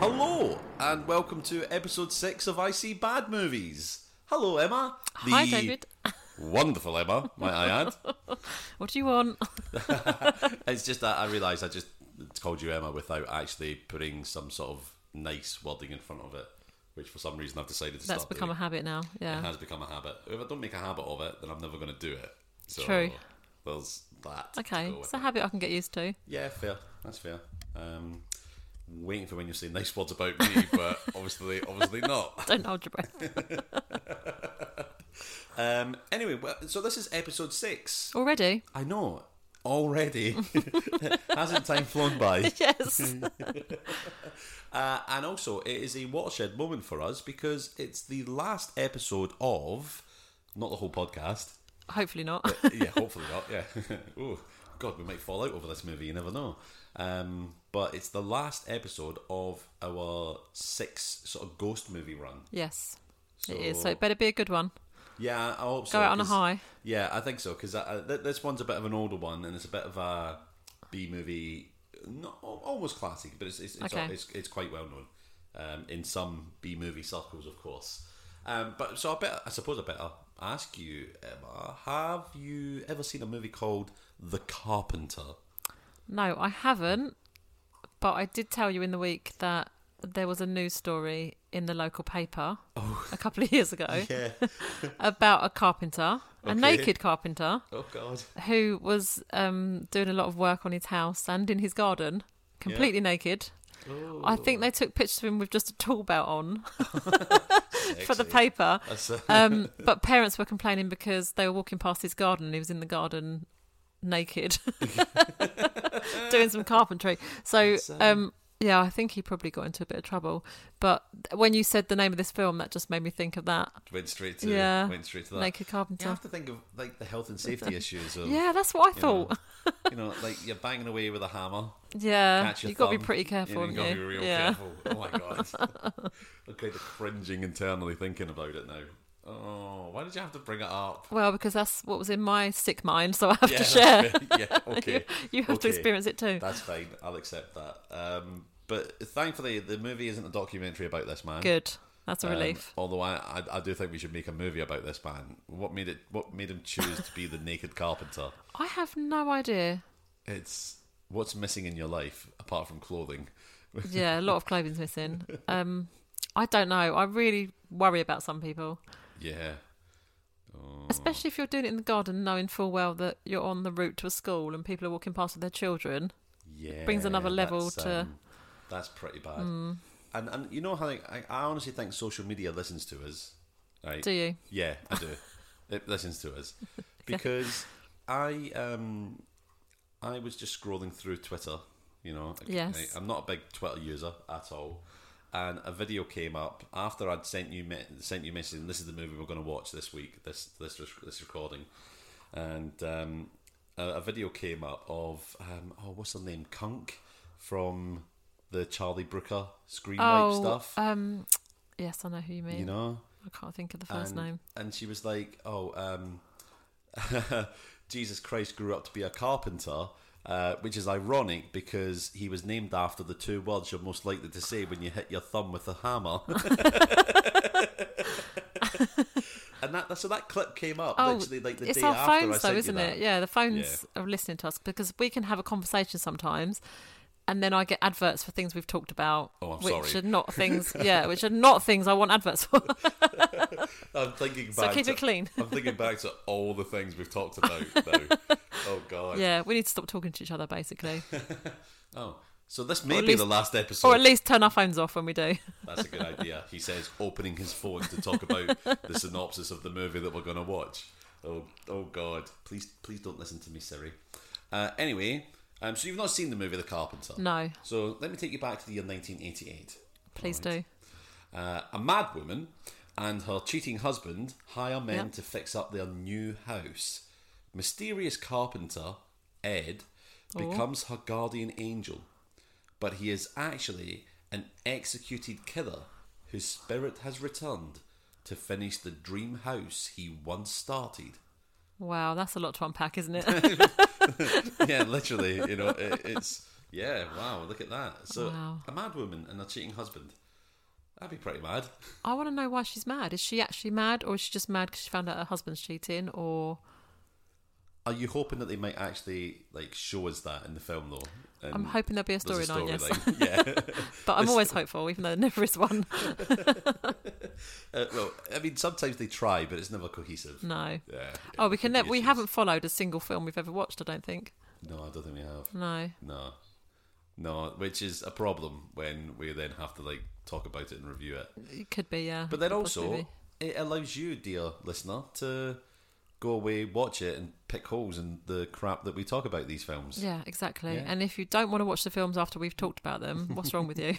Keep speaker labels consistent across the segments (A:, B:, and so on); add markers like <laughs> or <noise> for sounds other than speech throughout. A: Hello, and welcome to episode six of I See Bad Movies. Hello, Emma. The
B: Hi, David. <laughs>
A: Wonderful Emma, might I add.
B: What do you want? <laughs>
A: It's just that I realised I just called you Emma without actually putting some sort of nice wording in front of it, which for some reason I've decided to
B: That's
A: stop
B: become a
A: doing.
B: habit now.
A: it
B: Yeah.
A: has become a habit. If I don't make a habit of it, then I'm never going to do it. So
B: True.
A: There's that. to
B: Okay.
A: go with
B: It's a
A: it.
B: habit I can get
A: <laughs>
B: used to.
A: Yeah, fair. That's fair. Um, waiting for when you say nice words about me, but obviously, obviously not.
B: Don't hold your breath.
A: Um, anyway, well, so this is episode six. <laughs>
B: Already?
A: I know already. <laughs> Hasn't time flown
B: <laughs>
A: by?
B: Yes.
A: Uh, and also, it is a watershed moment for us because it's the last episode of not the whole podcast.
B: Hopefully not.
A: yeah, hopefully not. Yeah. <laughs> Ooh, God, we might fall out over this movie. You never know. Um, but it's the last episode of our six sort of ghost movie run.
B: <laughs> Yes. It is. So it better be a good one.
A: Yeah, I hope so.
B: Go out on a
A: 'cause-
B: high.
A: Yeah, I think so because th- this one's a bit of an older one and it's a bit of a B movie, not al- almost classic, but it's it's it's,
B: Okay.
A: it's, it's quite well known um, in some B movie circles, of course. Um, but so I bet I suppose I better ask you, Emma, have you ever seen a movie called The Carpenter?
B: No, I haven't. But I did tell you in the week that there was a news story in the local paper a couple of <laughs> years ago
A: Oh. <laughs> Yeah.
B: about a carpenter, a
A: Okay.
B: naked carpenter,
A: Oh God.
B: who was um, doing a lot of work on his house and in his garden, completely naked.
A: Oh.
B: I think they took pictures of him with just a tool belt on <laughs> for the paper.
A: That's uh, a-
B: Um, but parents were complaining because they were walking past his garden and he was in the garden naked <laughs> doing some carpentry. So, um, yeah, I think he probably got into a bit of trouble. But when you said the name of this film, that just made me think of that.
A: went straight to
B: yeah.
A: went straight to that.
B: Naked
A: you
B: Carpenter.
A: have to think of like the health and
B: <laughs>
A: safety issues of
B: Yeah, that's what I thought. <laughs>
A: you know like you're banging away with a hammer.
B: Yeah,
A: catch your
B: Ah, you've got to be
A: thumb.
B: pretty careful,
A: Yeah,
B: haven't
A: you've got to
B: you?
A: be real
B: yeah.
A: careful. Oh my god.
B: <laughs>
A: okay, the cringing internally thinking about it now. Oh, why did you have to bring it up?
B: Well, because that's what was in my sick mind, so I have to
A: that's
B: share. <laughs>
A: fair. yeah, okay. <laughs>
B: You have to
A: Okay.
B: experience it too.
A: That's fine. I'll accept that. Um, but thankfully, the movie isn't a documentary about this man.
B: Good. That's a
A: Um,
B: relief.
A: although I, I, I do think we should make a movie about this man. What made it? What made him choose to be the <laughs> naked carpenter?
B: I have no idea.
A: It's what's missing in your life apart from clothing.
B: Yeah, a lot of
A: <laughs>
B: clothing's missing. Um, I don't know. I really worry about some people,
A: Yeah. Hmm.
B: especially if you're doing it in the garden, knowing full well that you're on the route to a school and people are walking past with their children.
A: yeah,
B: brings another level
A: that's,
B: to- Hmm.
A: um, that's pretty bad. And and you know how like, I, I honestly think social media listens to us, right?
B: Do you?
A: Yeah, I
B: <laughs>
A: do. it listens to us because I um I was just scrolling through Twitter, you know. like,
B: Yes.
A: I'm not a big Twitter user at all. And a video came up after I'd sent you me- sent you message. This is the movie we're going to watch this week. This this rec- this recording, and um, a, a video came up of um, oh what's her name Kunk from the Charlie Brooker Screen Wipe
B: Oh,
A: stuff.
B: um, yes, I know who you mean.
A: you know,
B: I can't think of the first
A: and,
B: name.
A: and she was like, "Oh, um, <laughs> Jesus Christ grew up to be a carpenter." Uh, which is ironic because he was named after the two words you're most likely to say when you hit your thumb with a hammer. <laughs> and that so that clip came up literally like the
B: Oh, it's
A: day
B: our
A: after I
B: phones
A: sent
B: though,
A: you
B: isn't
A: that.
B: it? Yeah, the phones are listening to us because we can have a conversation sometimes, and then I get adverts for things we've talked about,
A: Oh, I'm
B: which
A: sorry.
B: are not
A: <laughs>
B: things. yeah, which are not things I want adverts for.
A: I'm thinking back.
B: so keep
A: to,
B: it clean.
A: <laughs> I'm thinking back to all the things we've talked about.
B: <laughs>
A: though. Oh god.
B: Yeah, we need to stop talking to each other basically,
A: Oh, so this may
B: at
A: be the
B: least-
A: last episode.
B: or at least turn our phones off when we do. <laughs>
A: That's a good idea. He says, opening his phone to talk about the synopsis of the movie that we're going to watch. Oh, oh God! Please, please don't listen to me, Siri. Uh, anyway, um, so you've not seen the movie The Carpenter?
B: No,
A: So let me take you back to the year 1988.
B: please
A: Right. Uh, a mad woman and her cheating husband hire men
B: Yep.
A: to fix up their new house. Mysterious carpenter Ed
B: Oh.
A: becomes her guardian angel, but he is actually an executed killer whose spirit has returned to finish the dream house he once started. <laughs>
B: do. Wow, that's a lot to unpack, isn't it?
A: yeah, literally, you know, it, it's Yeah, wow, look at that. So,
B: Wow.
A: a mad woman and a cheating husband. That'd be pretty mad.
B: I want to know why she's mad. Is she actually mad, or is she just mad because she found out her husband's cheating? Or
A: Are you hoping that they might actually like show us that in the film though? And
B: I'm hoping there'll be a
A: Hmm. there's a
B: storyline, yes.
A: storyline. <laughs> yeah.
B: <laughs> but I'm always hopeful, even though there never is one. <laughs>
A: Uh, well, I mean, sometimes they try, but it's never cohesive.
B: No.
A: Yeah.
B: Mm. Oh, we
A: Could
B: can.
A: be
B: Ne- we
A: issues.
B: haven't followed a single film we've ever watched. I don't think.
A: No, I don't think we have.
B: No.
A: No, no, which is a problem when we then have to like talk about it and review it.
B: It could be, yeah.
A: But then
B: Could
A: also,
B: possibly
A: it allows you, dear listener, to go away, watch it, and pick holes in the crap that we talk about these films.
B: be. yeah, exactly.
A: Yeah.
B: And if you don't want to watch the films after we've talked about
A: <laughs>
B: them, what's wrong with you?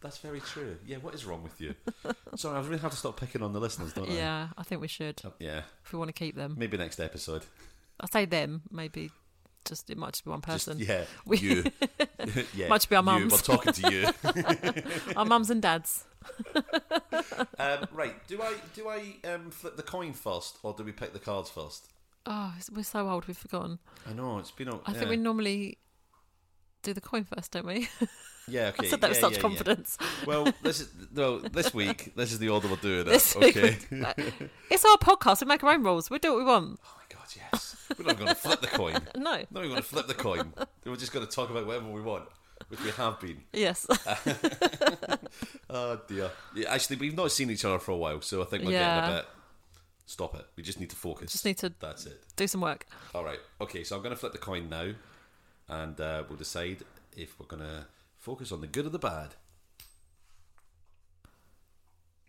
A: That's very true. Yeah, what is wrong with you? <laughs> Sorry, I really have to stop picking on the listeners,
B: <laughs>
A: don't I?
B: yeah, I think we should
A: Uh, Yeah,
B: if we want to keep them.
A: maybe next episode.
B: I say them, maybe just it might just be one
A: Just-
B: person.
A: yeah,
B: <laughs> We-
A: you. yeah,
B: Might just be our
A: you.
B: mums.
A: We're talking to
B: <laughs>
A: you.
B: Our mums and
A: <laughs>
B: dads.
A: Um, right? Do I do I um, flip the coin first, or do we pick the cards first?
B: Oh, it's- we're so old, we've forgotten.
A: I know it's been. a-
B: I
A: yeah.
B: think we normally do the coin first, don't we? <laughs>
A: Yeah, okay.
B: I said that
A: yeah,
B: with such
A: yeah, yeah.
B: confidence.
A: Well, this is no this week. This is the order we're doing it.
B: This week
A: okay.
B: we- It's our podcast. We make our own rules. We do what we want.
A: Oh <laughs> my god, yes. We're not going to flip the coin.
B: No.
A: Not even going to flip the coin. We're just going to talk about whatever we want, which we have been.
B: Yes. <laughs>
A: Oh dear. Yeah, actually, we've not seen each other for a while, so I think we're getting
B: Yeah.
A: a bit. Stop it. We just need to focus.
B: Just need to
A: That's it.
B: do some work.
A: All right. Okay, so I'm going to flip the coin now, and uh, we'll decide if we're going to focus on the good or the bad.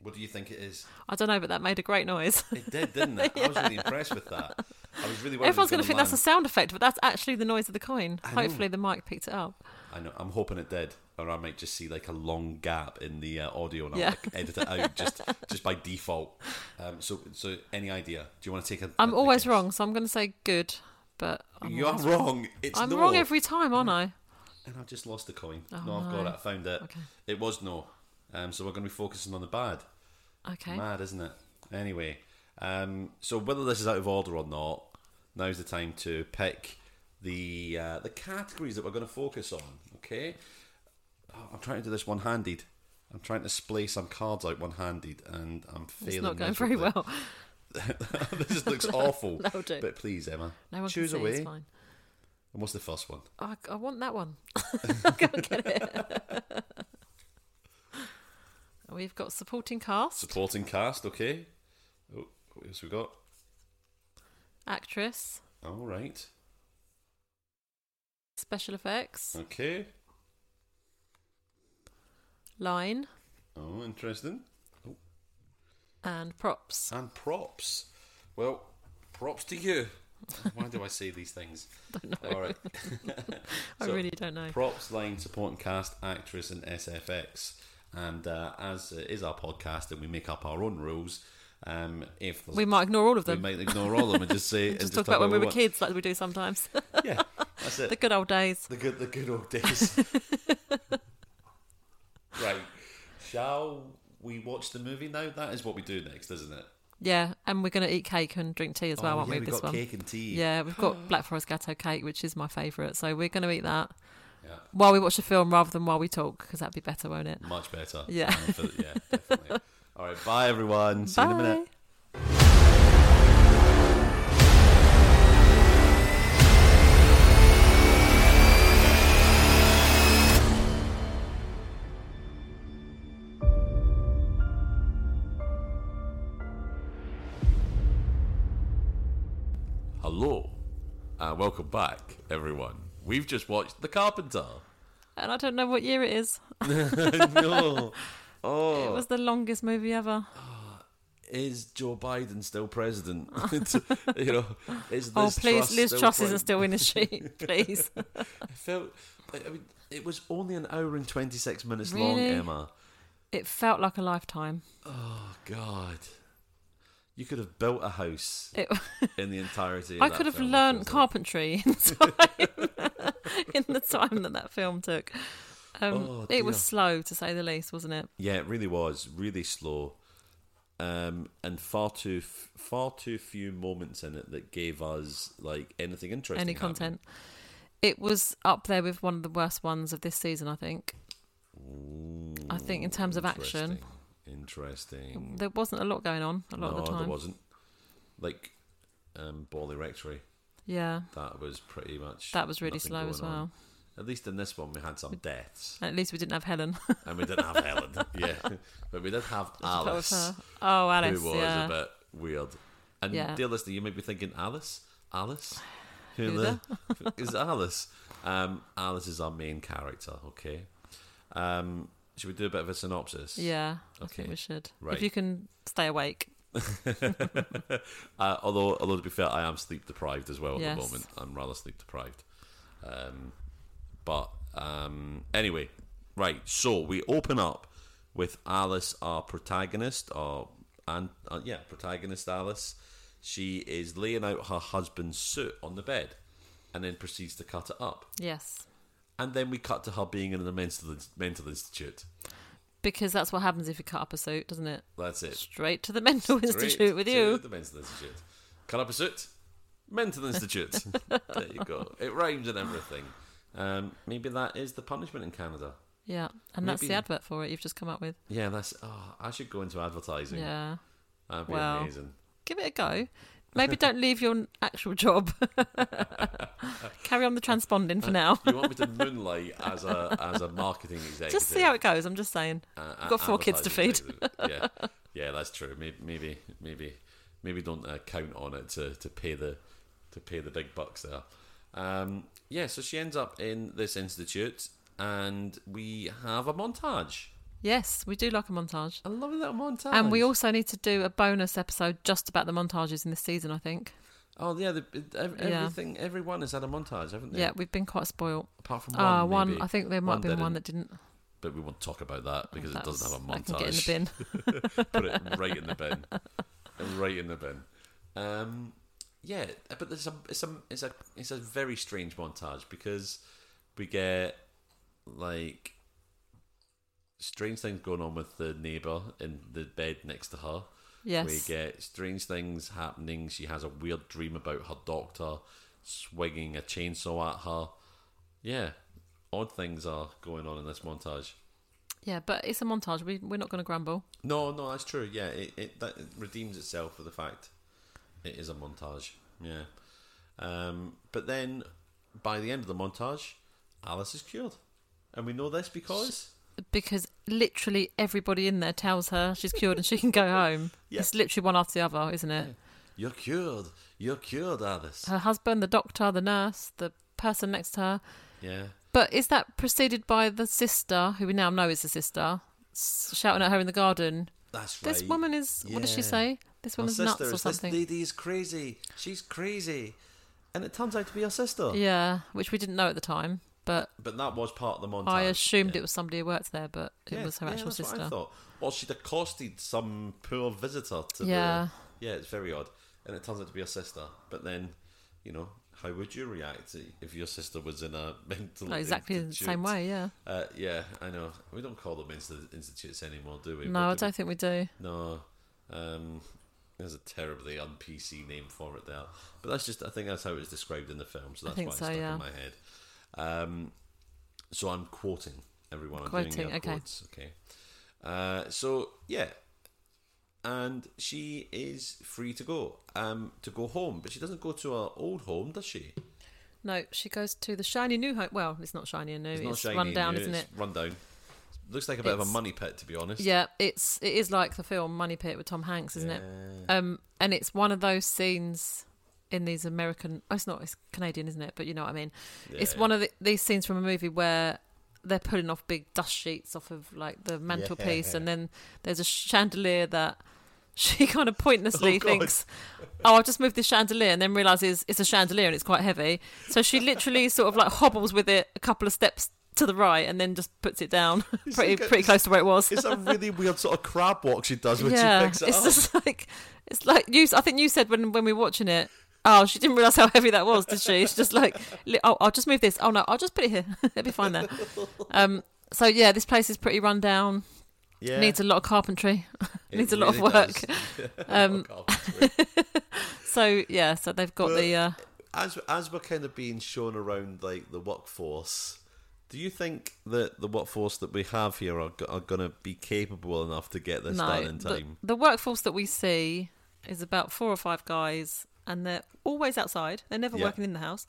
A: What do you think it is?
B: I don't know, but that made a great noise.
A: It did, didn't
B: <laughs>
A: it? I was really impressed with that. I was really. worried it was
B: Everyone's going to think
A: land.
B: that's a sound effect, but that's actually the noise of the coin.
A: know.
B: Hopefully, the mic picked it up.
A: I know. I'm hoping it did, or I might just see like a long gap in the uh, audio, and I'll
B: Yeah.
A: like, edit it out
B: <laughs>
A: just just by default. Um, so, so any idea? Do you want to take a?
B: I'm
A: a- a
B: always
A: guess?
B: wrong, so I'm going to say good, but I'm,
A: You are
B: always-
A: wrong. It's
B: I'm
A: no.
B: wrong every time, aren't I?
A: and I've just lost the coin.
B: Oh,
A: no, I've got
B: no.
A: it. I found it.
B: Okay.
A: It was no. Um, so we're going to be focusing on the bad.
B: Okay.
A: Mad, isn't it? Anyway, um, so whether this is out of order or not, now's the time to pick the uh, the categories that we're going to focus on. Okay, oh, I'm trying to do this one handed. I'm trying to splay some cards out one handed, and I'm failing.
B: It's not going very well.
A: miserably. <laughs> this
B: <laughs>
A: looks awful.
B: That'll do.
A: But please, Emma,
B: No one
A: choose
B: can see.
A: away.
B: It's fine. Oh,
A: And what's the first one?
B: I, I want
A: <laughs>
B: that one. <laughs> I'll go and get it. <laughs> We've got supporting cast,
A: Supporting cast. Okay. Oh, what else we got?
B: actress,
A: All right.
B: special effects,
A: Okay.
B: line,
A: Oh, interesting.
B: and props.
A: And props. Well, props to you. Why do I say these
B: <laughs>
A: things?
B: Don't know.
A: All right.
B: I
A: So,
B: really don't know.
A: Props, line, supporting cast, actress, and SFX. And uh, as it is our podcast, and we make up our own rules. Um, if
B: we might ignore all of
A: we
B: them.
A: might ignore all of them and just say and
B: <laughs> just talk about when we were
A: what
B: kids, like we do sometimes.
A: want. Yeah, that's
B: the
A: it.
B: good old days.
A: The good, the good old
B: <laughs>
A: days. right. Shall we watch the movie now? That is what we do next, isn't it?
B: Yeah, and we're going to eat cake and drink tea as well,
A: Oh,
B: aren't
A: yeah,
B: we?
A: we've
B: This
A: got
B: one.
A: cake and tea.
B: Yeah, we've got Black Forest Gatto cake, which is my favourite. So we're going to eat that
A: yeah.
B: while we watch the film rather than while we talk, because that'd be better, won't it?
A: Much better.
B: Yeah.
A: Um, for- yeah, definitely. <laughs> All right. Bye, everyone. See you in a minute.
B: Bye.
A: Hello, and welcome back, everyone. We've just watched The <laughs> Carpenter.
B: And I don't know what year it is.
A: no.
B: It
A: Oh,
B: was the longest movie ever.
A: is Joe Biden still
B: <laughs>
A: president? <laughs> you know, is Liz
B: oh, please,
A: Truss
B: Liz
A: still
B: Truss
A: prime-
B: isn't
A: <laughs>
B: still in, is she? Please.
A: I felt. I I mean, it was only an hour and twenty six minutes long,
B: Really?
A: Emma.
B: It felt like a lifetime.
A: Oh God, you could have built a house
B: It, <laughs>
A: in the entirety. Of
B: I
A: that
B: could have
A: film,
B: learned
A: feels like.
B: carpentry <laughs> in time, <laughs> in the time that that film took. Um,
A: Oh,
B: it was
A: dear.
B: slow, to say the least, wasn't it?
A: Yeah, it really was really slow, um, and far too f- far too few moments in it that gave us like anything interesting.
B: Any
A: happening.
B: content. It was up there with one of the worst ones of this season, I think. I think in terms of action,
A: Interesting. Interesting.
B: there wasn't a lot going on a lot
A: no,
B: of the
A: there
B: time.
A: wasn't. Like um, Bally Rectory,
B: Yeah,
A: that was pretty much.
B: that was really
A: nothing
B: slow as
A: going on.
B: well.
A: At least in this one, we had some deaths,
B: At least we didn't have Helen. <laughs>
A: and we didn't have Helen. Yeah, but we did have
B: That was
A: Alice,
B: her. Oh, Alice.
A: who was
B: yeah.
A: a bit weird. And
B: Yeah.
A: dear listener, you may be thinking, Alice,
B: <sighs>
A: Alice, who
B: Who
A: the <laughs> is Alice? Um, Alice is our main character. Okay. Um, should we do a bit of a synopsis?
B: Yeah, I
A: Okay.
B: think we should.
A: Right.
B: If you can stay awake.
A: Uh, although, although to be fair, I am sleep deprived as well at
B: Yes.
A: the moment. I'm rather sleep deprived. Um, but um, anyway, right. So we open up with Alice, our protagonist, or and uh, yeah, protagonist Alice. She is laying out her husband's suit on the bed, and then proceeds to cut it up.
B: Yes.
A: And then we cut to her being in a mental mental institute.
B: Because that's what happens if you cut up a suit, doesn't it?
A: That's it.
B: Straight to the <laughs> mental institute
A: Straight
B: with
A: to
B: you.
A: The Mental Institute. Cut up a suit. Mental
B: <laughs>
A: Institute. there you go. It rhymes and everything. Um, maybe that is the punishment in Canada.
B: Yeah. And that's the
A: Maybe-
B: advert for it you've just come up with.
A: Yeah, that's. Oh, I should go into advertising.
B: Yeah.
A: That'd be
B: Wow.
A: amazing.
B: Give it
A: <laughs>
B: a go. Maybe don't leave your actual job. Carry on the transponding
A: <laughs>
B: for now.
A: You want me to moonlight as a as a marketing executive?
B: <laughs> Just see how it goes. I'm just saying.
A: Uh,
B: I've got four kids to feed.
A: advertising executive.
B: <laughs>
A: yeah, yeah, that's true. Maybe maybe maybe, maybe don't uh, count on it to, to pay the to pay the big bucks there. Um, yeah, so she ends up in this institute, and we have a montage,
B: Yes, we do like a montage.
A: a lovely little montage.
B: And we also need to do a bonus episode just about the montages in this season, I think.
A: oh yeah, the, ev-
B: Yeah.
A: everything everyone has had a montage, haven't they?
B: Yeah, we've been quite spoiled.
A: Apart from one,
B: Ah, one.
A: maybe.
B: I think there might have been
A: didn't,
B: one that didn't.
A: but we won't talk about that because it
B: That
A: doesn't have a
B: was-
A: montage.
B: Oh, I can get in the bin.
A: put it right in the bin, right in the bin. Um, yeah, but there's a it's a it's a it's a very strange montage because we get like strange things going on with the neighbor in the bed next to her.
B: Yes.
A: <laughs> We get strange things happening. She has a weird dream about her doctor swinging a chainsaw at her. Yeah, odd things are going on in this montage.
B: Yeah, but it's a montage. We we're not going to grumble.
A: No, no, that's true. Yeah, it, it that it redeems itself with the fact it is a montage. Yeah, um, but then by the end of the montage, Alice is cured, and we know this because
B: Because literally everybody in there tells her she's cured and she can go home.
A: <laughs> Yeah.
B: It's literally one after the other, isn't it?
A: you're cured, you're cured, Alice.
B: Her husband, the doctor, the nurse, the person next to her.
A: Yeah,
B: But is that preceded by the sister, who we now know is the sister, s- shouting at her in the garden?
A: that's right.
B: This woman is. What does she
A: Yeah.
B: say? This
A: Her
B: woman's
A: sister
B: nuts
A: is-
B: or something.
A: This lady is crazy. She's crazy, and it turns out to be her sister.
B: Yeah, which we didn't know at the time, but
A: But that was part of the montage.
B: I assumed
A: Yeah.
B: it was somebody who worked there, but it was her actual
A: that's What I
B: sister.
A: thought. Or she'd accosted some poor visitor to
B: Yeah.
A: the. Yeah, it's very odd. And it turns out to be her sister. But then, you know, how would you react if your sister was in a <laughs> mental
B: Not exactly the
A: institute?
B: same way, yeah.
A: Uh, yeah, I know. We don't call them insti- institutes anymore, do we?
B: No, I
A: What do
B: don't think we do.
A: we- No. Um, there's a terribly un PC name for it there. But that's just, I think that's how it's described in the film. So that's
B: think
A: why it's
B: so,
A: stuck
B: yeah.
A: in my head. Um, so I'm quoting everyone. I'm
B: Quoting,
A: doing air
B: okay.
A: quotes, okay. Uh, so yeah, and she is free to go, um, to go home, but she doesn't go to her old home, does she?
B: No, she goes to the shiny new home. Well, it's not shiny and new. It's,
A: not shiny
B: run
A: and
B: down,
A: new,
B: isn't it?
A: it's Run down. Looks like a bit of a
B: It's-
A: money pit, to be honest.
B: Yeah, it's it is like the film Money Pit with Tom Hanks, isn't
A: Uh,
B: it? Um, and it's one of those scenes in these American. Oh, it's not. It's Canadian, isn't it? But you know what I mean. it's
A: Yeah.
B: one of the, these scenes from a movie where they're pulling off big dust sheets off of like the mantelpiece, and then there's a chandelier that <laughs> she kind of pointlessly
A: Oh, God.
B: thinks, "Oh, I'll just move this chandelier," and then realizes it's a chandelier and it's quite heavy. So she literally sort of like hobbles with it a couple of steps to the right, and then just puts it down <laughs> pretty
A: like a-
B: pretty close to where it was.
A: It's a really weird sort of crab walk she does when she picks it
B: it's
A: up.
B: just <laughs> like it's like you. I think you said when when we were watching it. Oh, she didn't realize how heavy that was, did she? She's just like, li- oh, I'll just move this. Oh no, I'll just put it here. <laughs> It'll be fine there. Um, so yeah, this place is pretty run down.
A: yeah,
B: Needs a lot of carpentry.
A: it
B: needs a lot of
A: really
B: <laughs> work.
A: does. <laughs>
B: Um,
A: Oh, God, it's weird.
B: So yeah, so they've got the uh,
A: as as we're kind of being shown around like the workforce, do you think that the workforce that we have here are, go- are going to be capable enough to get this done in
B: the-
A: time?
B: The, workforce that we see is about four or five guys, and they're always outside. They're never
A: Yeah.
B: working in the house,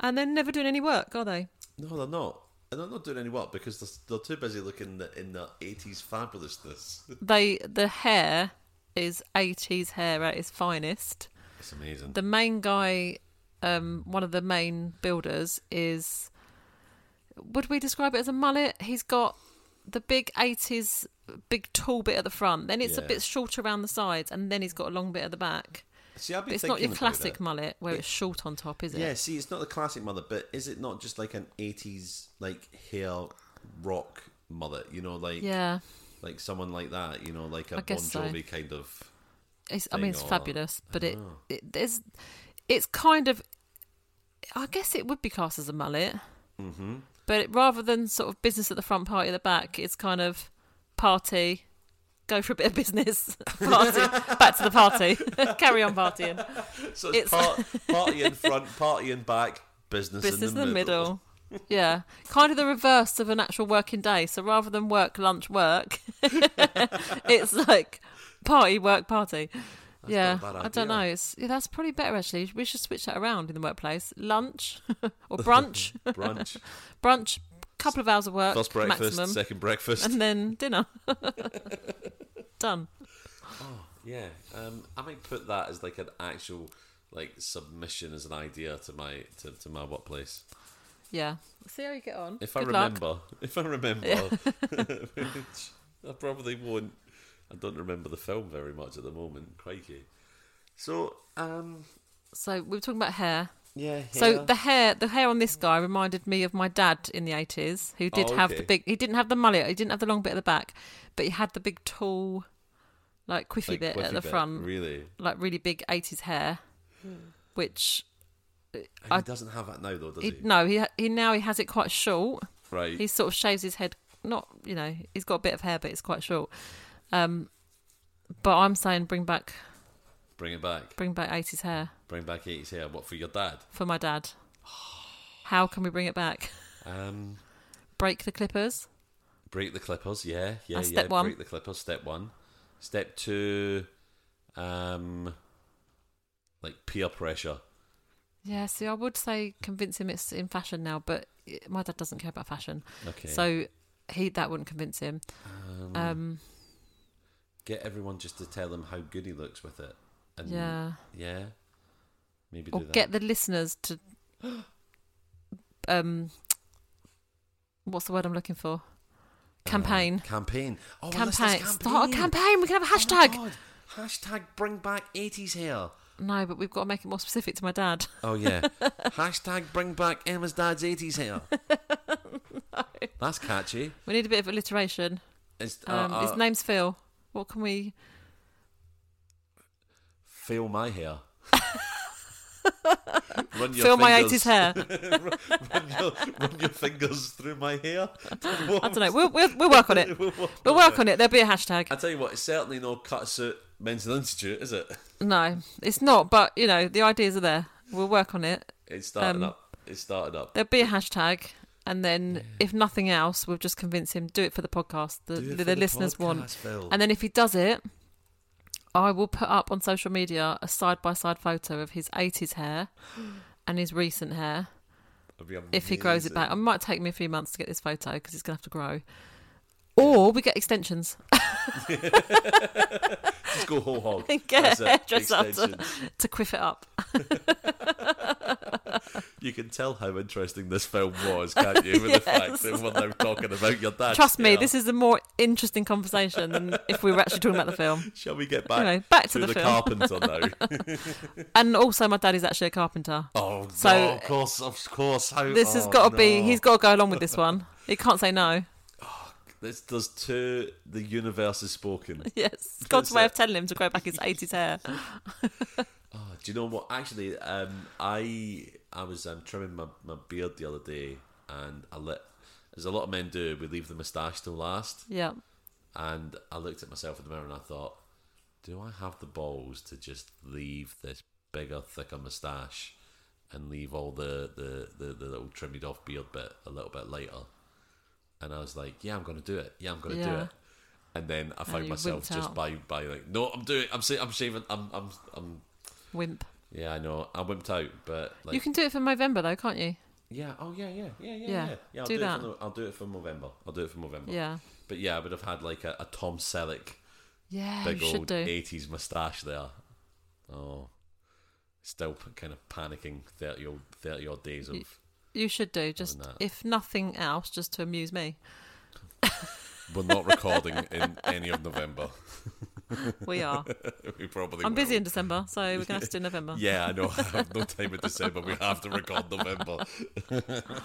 B: and they're never doing any work, are they?
A: No, they're not. And they're not doing any work because they're, they're too busy looking the, in their 80s fabulousness. <laughs>
B: They the hair is eighties hair at its finest.
A: It's amazing.
B: The main guy, um, one of the main builders, is. Would we describe it as a mullet? He's got the big eighties, big tall bit at the front. Then it's a
A: Yeah.
B: bit shorter around the sides, and then he's got a long bit at the back.
A: See, I've been
B: But it's not your
A: thinking about it.
B: classic mullet where it's short on top, is it?
A: Yeah, see, it's not the classic mother, but is it not just like an eighties like hair rock mother? You know, like
B: Yeah.
A: like someone like that. You know, like a
B: I
A: Bon
B: guess so.
A: Jovi kind of.
B: It's, I mean,
A: thing
B: it's
A: or-
B: fabulous, but it, it there's, it's kind of, I guess it would be classed as a mullet. Mm-hmm. But it, rather than sort of business at the front, party at the back, it's kind of party, go for a bit of business, <laughs> party, back to the party, <laughs> carry on partying,
A: So it's,
B: It's-
A: part,
B: <laughs>
A: party in front, party in back, business,
B: business
A: in the, middle.
B: <laughs> yeah, kind of the reverse of an actual working day. So rather than work, lunch, work, <laughs> it's like party, work, party. yeah,
A: not a bad
B: I don't know.
A: idea.
B: It's yeah, that's probably better actually. We should switch that around in the workplace.
A: <laughs>
B: Lunch or brunch, <laughs>
A: Brunch,
B: brunch, couple of hours of work,
A: first breakfast,
B: maximum,
A: second breakfast.
B: <laughs> and then
A: <laughs>
B: dinner. Done.
A: yeah, um, I might put that as like an actual like submission as an idea to my to, to my workplace.
B: Yeah. See how you get on.
A: If I
B: Good luck.
A: remember, <laughs> if I remember, <laughs> which I probably won't. I don't remember the film very much at the moment. Crikey. So, um,
B: So we were talking about hair.
A: yeah.
B: So the hair, the hair on this guy reminded me of my dad in the eighties, who did
A: Oh,
B: have the
A: okay.
B: big. He didn't have the mullet. He didn't have the long bit at the back, but he had the big tall, like quiffy bit at the front,
A: really.
B: like really big eighties hair. Which
A: And
B: I-
A: he doesn't have that now, though, does he?
B: he, no, he he now he has it quite short.
A: Right.
B: He sort of shaves his head. Not you know, he's got a bit of hair, but it's quite short. Um, but I'm saying bring back
A: Bring it back.
B: bring back eighties hair
A: Bring back 80s hair. What for your dad?
B: for my dad. How can we bring it back?
A: Um,
B: Break the clippers.
A: break the clippers. Yeah, yeah,
B: That's
A: yeah.
B: step one.
A: Break the clippers. Step one. Step two. Um, like peer pressure.
B: Yeah, see, I would say convince him it's in fashion now, but it- my dad doesn't care about fashion,
A: Okay.
B: so he that wouldn't convince him.
A: Um,
B: Um,
A: get everyone just to tell him how good he looks with it. And
B: yeah,
A: Yeah. Maybe
B: or
A: do that.
B: get the listeners to, um, what's the word I'm looking for? Campaign.
A: Uh, campaign. Oh, well, let's-
B: campaign.
A: let's
B: Start a campaign. We can have a
A: Oh my
B: hashtag.
A: God. Hashtag bring back 80s hair.
B: no, but we've got to make it more specific to my dad. <laughs>
A: Oh, yeah. <laughs> Hashtag bring back Emma's dad's 80s
B: <laughs>
A: hair. That's catchy.
B: We need a bit of alliteration.
A: It's, uh,
B: Um,
A: uh,
B: his name's Phil. What can we?
A: Feel my
B: <laughs>
A: hair. Run your
B: Feel my
A: fingers-
B: eighties hair.
A: run, your, <laughs> run your fingers through my
B: <laughs>
A: hair.
B: I don't know. We'll, we'll we'll work
A: <laughs>
B: on it. We'll work on it. There'll be a hashtag.
A: I tell you what, it's certainly no cut suit men's institute, is it?
B: No, it's not. But you know, the ideas are there. We'll work on it.
A: It's starting
B: Um,
A: up. It's starting up.
B: There'll be a hashtag, and then if nothing else, we'll just convince him do it for the podcast. The
A: Do it
B: the,
A: for
B: the listeners want.
A: podcast, Phil.
B: And then if he does it, I will put up on social media a side by side photo of his eighties
A: <gasps>
B: hair and his recent hair.
A: That'd be
B: If he grows it
A: amazing.
B: back, it might take me a few months to get this photo because it's gonna have to grow. Or we get extensions
A: just go whole hog.
B: and <laughs> get
A: That's
B: a
A: it.
B: hairdresser to,
A: Extensions.
B: to quiff it up.
A: You can tell how interesting this film was,
B: <laughs>
A: can't you? With the fact that we're now talking about your dad.
B: Trust me, this is a more interesting conversation than if we were actually talking about the film.
A: Shall we get back,
B: Anyway, back to the film.
A: carpenter
B: <laughs>
A: now?
B: And also, my dad is actually a carpenter.
A: oh,
B: So-
A: no, of course, of course. How,
B: This has
A: oh,
B: got to be.
A: no.
B: He's got to go along
A: <laughs>
B: with this one. He can't say no. <laughs>
A: This, there's two. The universe is
B: <laughs>
A: spoken.
B: Yes, it's God's way
A: it.
B: of telling him to grow back his
A: <laughs>
B: eighties hair.
A: Oh, do you know what? Actually, um, I I was um, trimming my, my beard the other day, and I let. As a lot of men do, we leave the moustache till last.
B: Yeah,
A: And I looked at myself in the mirror and I thought, do I have the balls to just leave this bigger, thicker moustache and leave all the the, the, the little trimmed off beard bit a little bit later. And I was like, yeah, I'm going to do it. Yeah, I'm going to do
B: Yeah.
A: it. And then I found
B: you
A: myself
B: wimped
A: just
B: out.
A: by by like, no, I'm doing. I'm sa- I'm shaving. I'm I'm I'm.
B: Wimp.
A: Yeah, I know. I wimped out, but like,
B: you can do it for November though, can't you?
A: yeah. Oh yeah, yeah, yeah, yeah, yeah.
B: Yeah,
A: yeah I'll
B: do
A: do, it
B: that.
A: for, no- I'll do it for November. I'll do it for November.
B: Yeah.
A: But yeah, I would have had like a, a Tom Selleck
B: Yeah,
A: big
B: you should
A: old
B: do.
A: eighties moustache there. Oh, still p- kind of panicking thirty old thirty odd days of
B: You should do. Just
A: that.
B: if nothing else, just to amuse me.
A: we're not recording in any of November. <laughs>
B: We are.
A: we probably.
B: I'm
A: will.
B: busy in December, so we're gonna
A: <laughs>
B: have to do November.
A: Yeah, I know. I have no time in December. We have to record November. <laughs>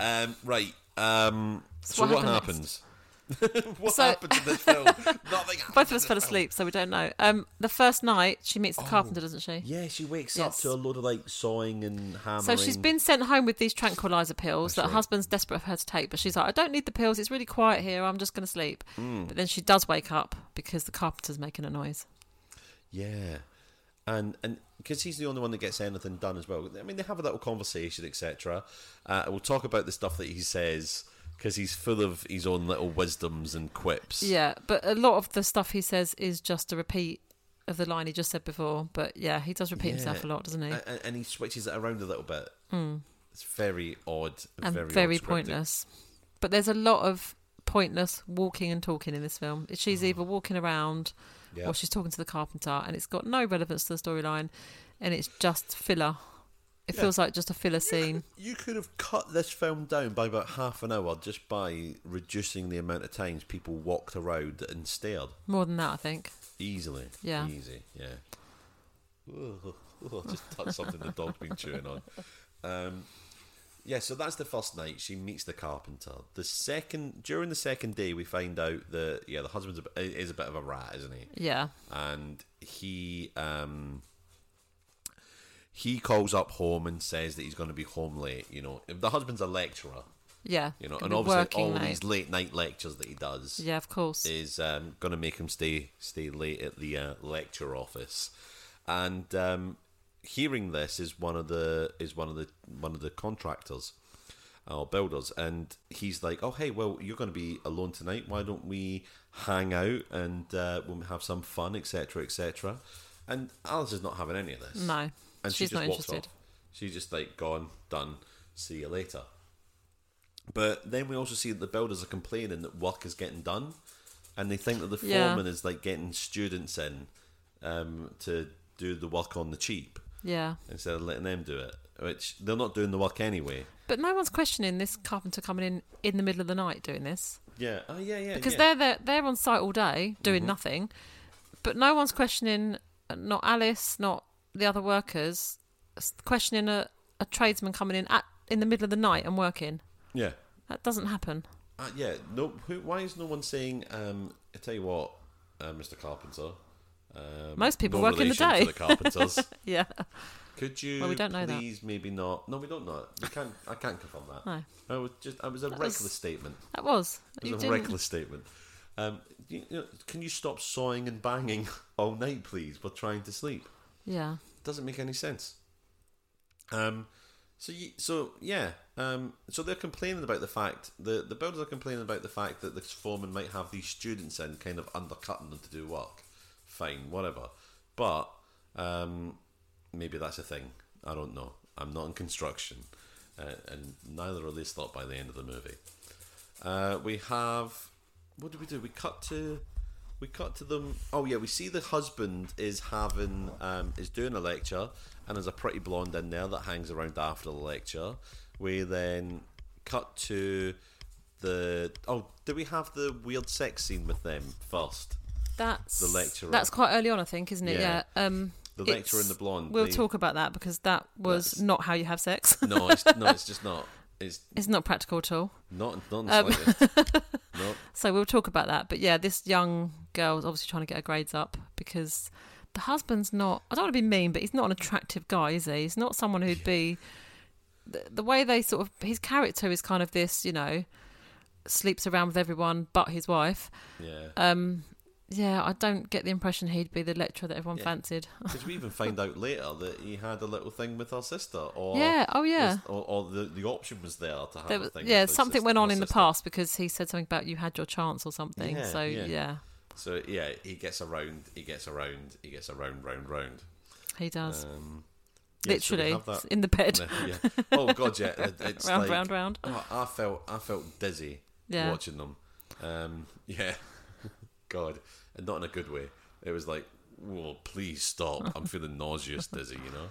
A: um, right. Um, so,
B: what
A: what,
B: happened
A: happens? <laughs> what
B: So-
A: happened in this
B: <laughs>
A: film? Nothing.
B: Both of us fell asleep, so we don't know. Um, the first night she meets the
A: Oh.
B: carpenter, doesn't she?
A: Yeah, she wakes
B: Yes.
A: up to a load of like sawing and hammering.
B: So she's been sent home with these tranquilizer pills that her husband's desperate for her to take, but she's like, I don't need the pills. It's really quiet here. I'm just going to sleep. But then she does wake up because the carpenter's making a noise.
A: Yeah, and and because he's the only one that gets anything done as well. I mean, they have a little conversation, etc. Uh, we'll talk about the stuff that he says because he's full of his own little wisdoms and quips.
B: Yeah, but a lot of the stuff he says is just a repeat of the line he just said before. But yeah, Uh, he does repeat himself a lot, doesn't he?
A: A- a- And, he switches it around a little bit. It's very odd
B: Hmm. and
A: very,
B: very,
A: odd scripting.
B: pointless. But there's a lot of pointless walking and talking in this film. She's either walking around
A: Yeah.
B: or she's talking to the carpenter, and it's got no relevance to the storyline, and it's just filler. It
A: Yeah.
B: feels like just a filler scene.
A: You could have cut this film down by about half an hour just by reducing the amount of times people walked around and stared.
B: More than that, I think.
A: Easily.
B: Yeah.
A: Easy. Yeah. <laughs> Ugh, ugh, I just touched something the dog's been chewing on. Um, yeah, so that's the first night she meets the carpenter. The second, during the second day, we find out that yeah, the husband's a, bit- is a bit of a rat, isn't he?
B: Yeah.
A: and he um he calls up home and says that he's going to be home late. You know, the husband's a lecturer.
B: Yeah.
A: You know,
B: Gonna
A: and
B: be
A: obviously all
B: working late.
A: these late night lectures that he does
B: Yeah, of course.
A: is um, going to make him stay stay late at the uh, lecture office. And um, hearing this is one of the is one of the one of the contractors or builders, and he's like, "Oh hey, well you're going to be alone tonight. Why don't we hang out and uh, we'll have some fun, etc., etc." And Alice is not having any of this.
B: No.
A: and
B: She's
A: she just
B: not
A: walks
B: interested.
A: off. She's just like gone, done. See you later. But then we also see that the builders are complaining that work is getting done, and they think that the
B: Yeah.
A: foreman is like getting students in um, to do the work on the cheap
B: Yeah.
A: instead of letting them do it, which they're not doing the work anyway.
B: But no one's questioning this carpenter coming in in the middle of the night doing this.
A: Yeah. Oh yeah, yeah. Mm-hmm.
B: because
A: yeah.
B: they're, they're they're on site all day doing nothing, but no one's questioning not Alice, not the other workers, s- questioning a, a tradesman coming in at in the middle of the night and working.
A: yeah.
B: That doesn't happen.
A: Uh, yeah. No. Who, why is no one saying? Um, I tell you what, uh, Mr. Carpenter. Um,
B: Most people
A: no
B: work in the
A: relation to
B: day.
A: the
B: <laughs>
A: carpenters.
B: Yeah,
A: Could you
B: Well, we don't know that.
A: please maybe not? No, we don't know. it. We can't. I can't confirm that.
B: No.
A: I was just. I was a reckless
B: was-
A: statement.
B: that was.
A: It
B: You
A: was a
B: didn't-
A: reckless statement. Um, you, you know, can you stop sawing and banging <laughs> all night, please? We're trying to sleep.
B: Yeah,
A: Doesn't make any sense. Um, so you, so yeah. Um, so they're complaining about the fact the the builders are complaining about the fact that the foreman might have these students in, kind of undercutting them to do work. Fine, whatever. But um, maybe that's a thing. I don't know. I'm not in construction, uh, and neither are they stopped by the end of the movie. Uh, we have. What do we do? We cut to. We cut to them. Oh yeah, we see the husband is having um, is doing a lecture, and there's a pretty blonde in there that hangs around after the lecture. We then cut to the. Oh, do we have the weird sex scene with them first?
B: that's
A: The lecturer.
B: That's quite early on, I think, isn't it?
A: Yeah.
B: Yeah. Um,
A: The
B: it's-
A: lecturer and the blonde.
B: We'll
A: they-
B: talk about that because that was
A: That's-
B: not how you have sex.
A: <laughs>
B: <laughs>
A: No, it's, no, it's just not. It's
B: it's not practical at all.
A: not not in the
B: Um.
A: slightest.
B: <laughs>
A: no,
B: So we'll talk about that. But yeah, this young girl's obviously trying to get her grades up because the husband's not. I don't want to be mean, but he's not an attractive guy, is he? He's not someone who'd be. The, the way they sort of his character is kind of this, you know, sleeps around with everyone but his wife.
A: yeah.
B: Um, yeah, I don't get the impression he'd be the lecturer that everyone
A: Yeah.
B: fancied.
A: Because we even find out later that he had a little thing with her sister, or
B: yeah, oh yeah.
A: was- or, or the the option was there to have
B: There
A: a
B: was,
A: thing. with
B: yeah,
A: his
B: something
A: sis-
B: went
A: her
B: on in the
A: sister.
B: past because he said something about you had your chance or something.
A: Yeah,
B: so
A: yeah.
B: yeah,
A: So yeah, he gets around, he gets around, he gets around, round, round.
B: he does.
A: Um, yeah, so we
B: Literally
A: have that-
B: <laughs>
A: <laughs>
B: in the bed.
A: yeah. Oh god, yeah. it- It's
B: round,
A: like,
B: round, round.
A: Oh, I felt I felt dizzy
B: Yeah.
A: watching them. Um, <laughs> yeah, God, and not in a good way. It was like, whoa, please stop!
B: <laughs>
A: I'm feeling nauseous, dizzy. You know.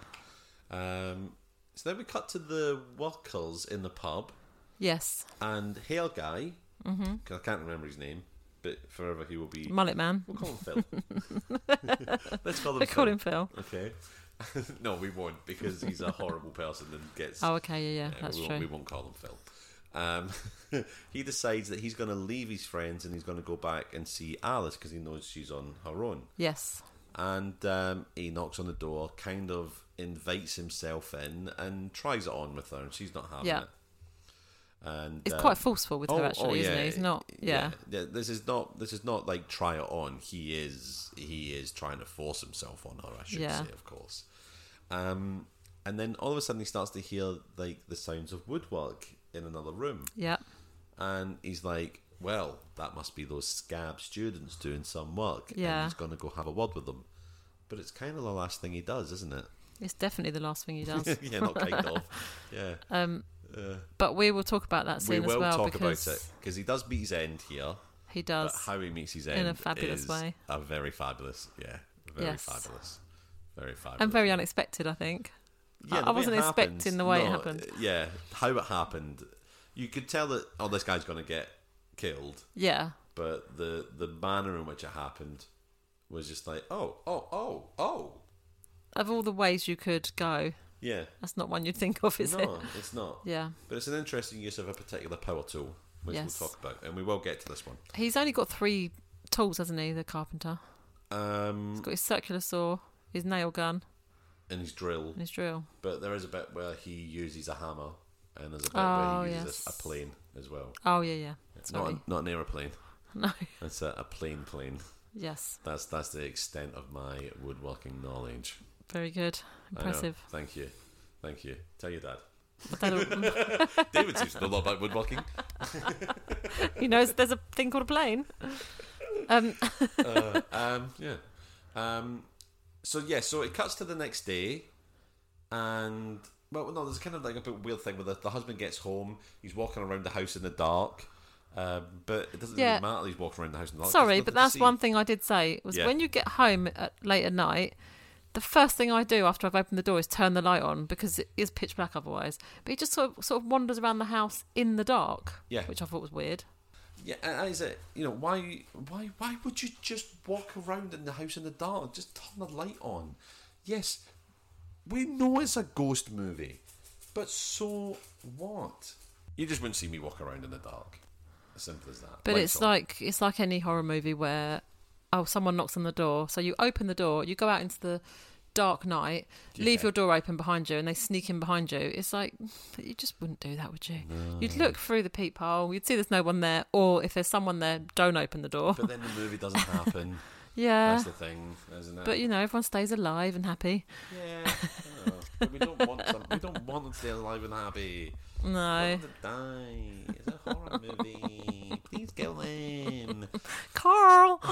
A: Um, so then we cut to the workers in the pub,
B: Yes,
A: and Hail Guy. mm I can't remember his name, but forever he will be.
B: mullet man.
A: <laughs> We'll call him Phil. <laughs> Let's call him.
B: We
A: Phil.
B: call him Phil.
A: Okay. <laughs> no, we won't because he's a horrible person and gets
B: Oh, okay, yeah, yeah,
A: yeah,
B: that's
A: we, won't,
B: true.
A: we won't call him Phil. Um, <laughs> he decides that he's going to leave his friends and he's going to go back and see Alice because he knows she's on her own.
B: Yes,
A: And um, he knocks on the door, kind of invites himself in and tries it on with her, and she's not having
B: Yeah.
A: it. And
B: it's
A: um,
B: quite forceful with her actually, isn't
A: yeah,
B: he? He's not. Yeah,
A: yeah. This is not. This is not like try it on. He is. He is trying to force himself on her. I should
B: Yeah.
A: say, of course. Um, and then all of a sudden he starts to hear like the sounds of woodwork in another room,
B: yeah,
A: and he's like, "Well, that must be those scab students doing some work."
B: Yeah.
A: And he's going to go have a word with them, but it's kind of the last thing he does, isn't it? <laughs>
B: It's definitely the last thing he does.
A: yeah, not kind
B: <laughs>
A: of. Yeah.
B: but we will talk about that
A: we
B: scene as
A: will
B: well
A: talk
B: because
A: about it because he does meet his end here.
B: he
A: But
B: does.
A: how he meets his end
B: in a fabulous
A: is
B: way.
A: A very fabulous, yeah, very
B: Yes.
A: fabulous, very fabulous.
B: and very unexpected, I think. I-
A: the
B: I
A: way
B: wasn't
A: it happened-
B: expecting the way it happened.
A: uh, Yeah, how it happened. You could tell that oh, this guy's going to get killed,
B: Yeah,
A: but the the manner in which it happened was just like oh, oh, oh, oh.
B: of all the ways you could go,
A: Yeah,
B: that's not one you'd think of, is it?
A: no, it's not.
B: Yeah,
A: But it's an interesting use of a particular power tool, which
B: Yes.
A: we'll talk about, and we will get to this one.
B: he's only got three tools, hasn't he? The carpenter.
A: Um,
B: He's got his circular saw, his nail gun,
A: and his drill.
B: and his drill.
A: But there is a bit where he uses a hammer, and there's a bit
B: Oh,
A: where he uses
B: yes.
A: a plane as well.
B: Oh yeah, yeah.
A: Not,
B: Sorry.
A: a, not an aeroplane.
B: <laughs> No.
A: It's a, a plane plane.
B: Yes.
A: That's that's the extent of my woodworking knowledge.
B: Very good.
A: I know. <laughs>
B: Impressive.
A: Thank you. Thank you. Tell your dad.
B: But <laughs> that'll-
A: David seems to know a lot about woodworking.
B: he knows there's a thing called a plane. Um,
A: Uh, um, yeah. Um, so yeah. So it cuts to the next day, and well, no, there's kind of like a bit weird thing where the, the husband gets home. He's walking around the house in the dark, um, but it doesn't
B: Yeah.
A: really matter. that He's walking around the house in the dark. 'cause
B: sorry,
A: there's
B: but
A: nothing to
B: that's
A: see.
B: one thing I did say was
A: Yeah.
B: when you get home at, late at night. The first thing I do after I've opened the door is turn the light on because it is pitch black otherwise. But he just sort of, sort of wanders around the house in the dark,
A: Yeah.
B: which I thought was weird.
A: Yeah, and is it? You know, why, why, why would you just walk around in the house in the dark? Just turn the light on. Yes, we know it's a ghost movie, but so what? You just wouldn't see me walk around in the dark. As simple as that.
B: But
A: Lights
B: it's
A: on.
B: like it's like any horror movie where oh someone knocks on the door, so you open the door, you go out into the dark night, leave
A: Yeah.
B: your door open behind you, and they sneak in behind you. It's like you just wouldn't do that, would you? You'd look through the peephole, you'd see there's no one there, or if there's someone there, don't open the door.
A: But then the movie
B: <laughs>
A: doesn't happen.
B: yeah.
A: That's the thing, isn't it?
B: Uh, But you know, everyone stays alive and happy.
A: yeah, I know. But we don't want some, we don't want them to stay alive and happy. We
B: No.
A: want them to die. It's a horror
B: <laughs>
A: movie. Please kill them.
B: Carl <laughs>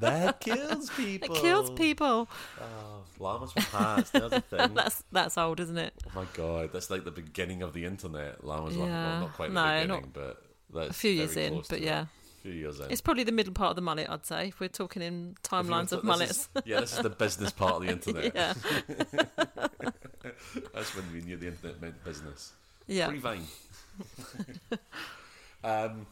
A: That kills people.
B: it kills
A: <laughs>
B: people.
A: Oh, llamas with hats. There's a
B: <laughs>
A: thing. oh
B: That's that's old, isn't it?
A: my god, that's like the beginning of the internet. Llamas with
B: Yeah.
A: well, not quite the
B: No,
A: beginning, but that's
B: A few
A: very
B: years in,
A: close to
B: but
A: it.
B: yeah.
A: a few years in.
B: It's probably the middle part of the mullet, I'd say, if we're talking in
A: If you
B: timelines
A: thought
B: of
A: this
B: mullets.
A: is- <laughs> yeah, this is the business part of the internet.
B: <laughs> yeah.
A: That's when we knew the internet meant business.
B: Yeah.
A: Free
B: <laughs>
A: Vine. um,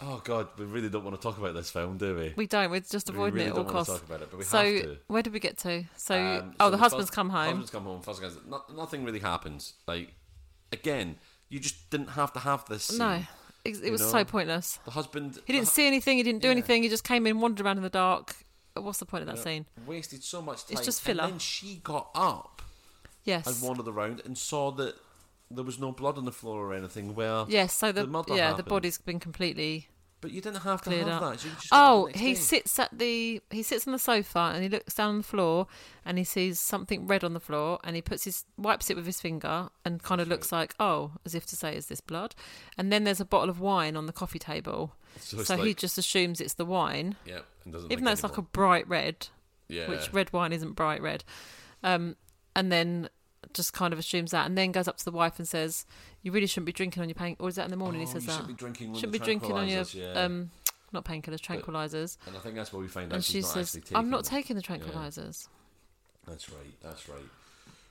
A: oh god, we really don't want to talk about this film, do we?
B: We don't. We're just
A: We
B: avoiding
A: really
B: it at all
A: don't want to
B: costs.
A: talk about it, but we have
B: So
A: to.
B: where did we get to? So
A: Um,
B: oh,
A: so
B: the husband's
A: first-
B: come home.
A: Husband's come home. First guy's no, nothing really happens. Like again, you just didn't have to have this. Scene.
B: No, it, it was
A: know?
B: so pointless.
A: the husband.
B: He didn't see anything. He didn't do
A: Yeah.
B: anything. He just came in, wandered around in the dark. Uh, What's the point of that scene?
A: wasted so much time.
B: just filler.
A: And then she got up and
B: Yes.
A: wandered around and saw that there was no blood on the floor or anything. Where
B: Yes. So the,
A: The mother
B: yeah the
A: happened.
B: body's been completely
A: But you didn't have to
B: cleared
A: have
B: up.
A: that. You just got
B: Oh,
A: the next
B: he
A: day.
B: sits at the he sits on the sofa and he looks down on the floor and he sees something red on the floor and he puts his wipes it with his finger and kind of looks like oh as if to say is this blood and then there's a bottle of wine on the coffee table
A: So
B: so,
A: it's
B: he
A: like-
B: just assumes it's the wine
A: Yeah, and doesn't think
B: even though it's like a
A: anymore.
B: bright red
A: yeah.
B: which red wine isn't bright red um, and then just kind of assumes that and then goes up to the wife and says you really shouldn't be drinking on your pain or is that in the morning he
A: Oh,
B: says
A: you
B: that
A: shouldn't be drinking. on
B: shouldn't
A: the
B: be drinking on your
A: tranquilizers, yeah.
B: um not painkillers tranquilizers
A: And I think that's where we find out
B: and
A: she's
B: she
A: not
B: says
A: actually taking.
B: i'm not
A: them.
B: taking the tranquilizers
A: That's right. That's right.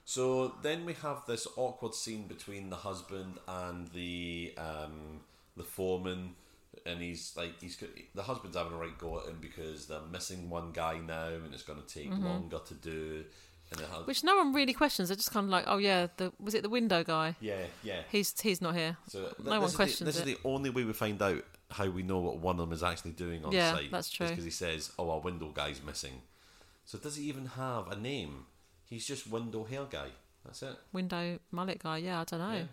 A: So then we have this awkward scene between the husband and the um, the foreman, and he's like he's got- the husband's having a right go at him because they're missing one guy now, and it's going to take longer to do. And it has,
B: Mm-hmm. which no one really questions they're just kind of like oh yeah the was it the window guy
A: yeah, yeah.
B: he's he's not here
A: So th-
B: no one
A: this
B: questions
A: Is the, this is the only way we find out how we know what one of them is actually doing on
B: Yeah,
A: site.
B: that's true.
A: Because he says, "Oh, our window guy's missing." So does he even have a name? He's just window hair guy. That's it.
B: window mullet guy yeah i don't know
A: Yeah.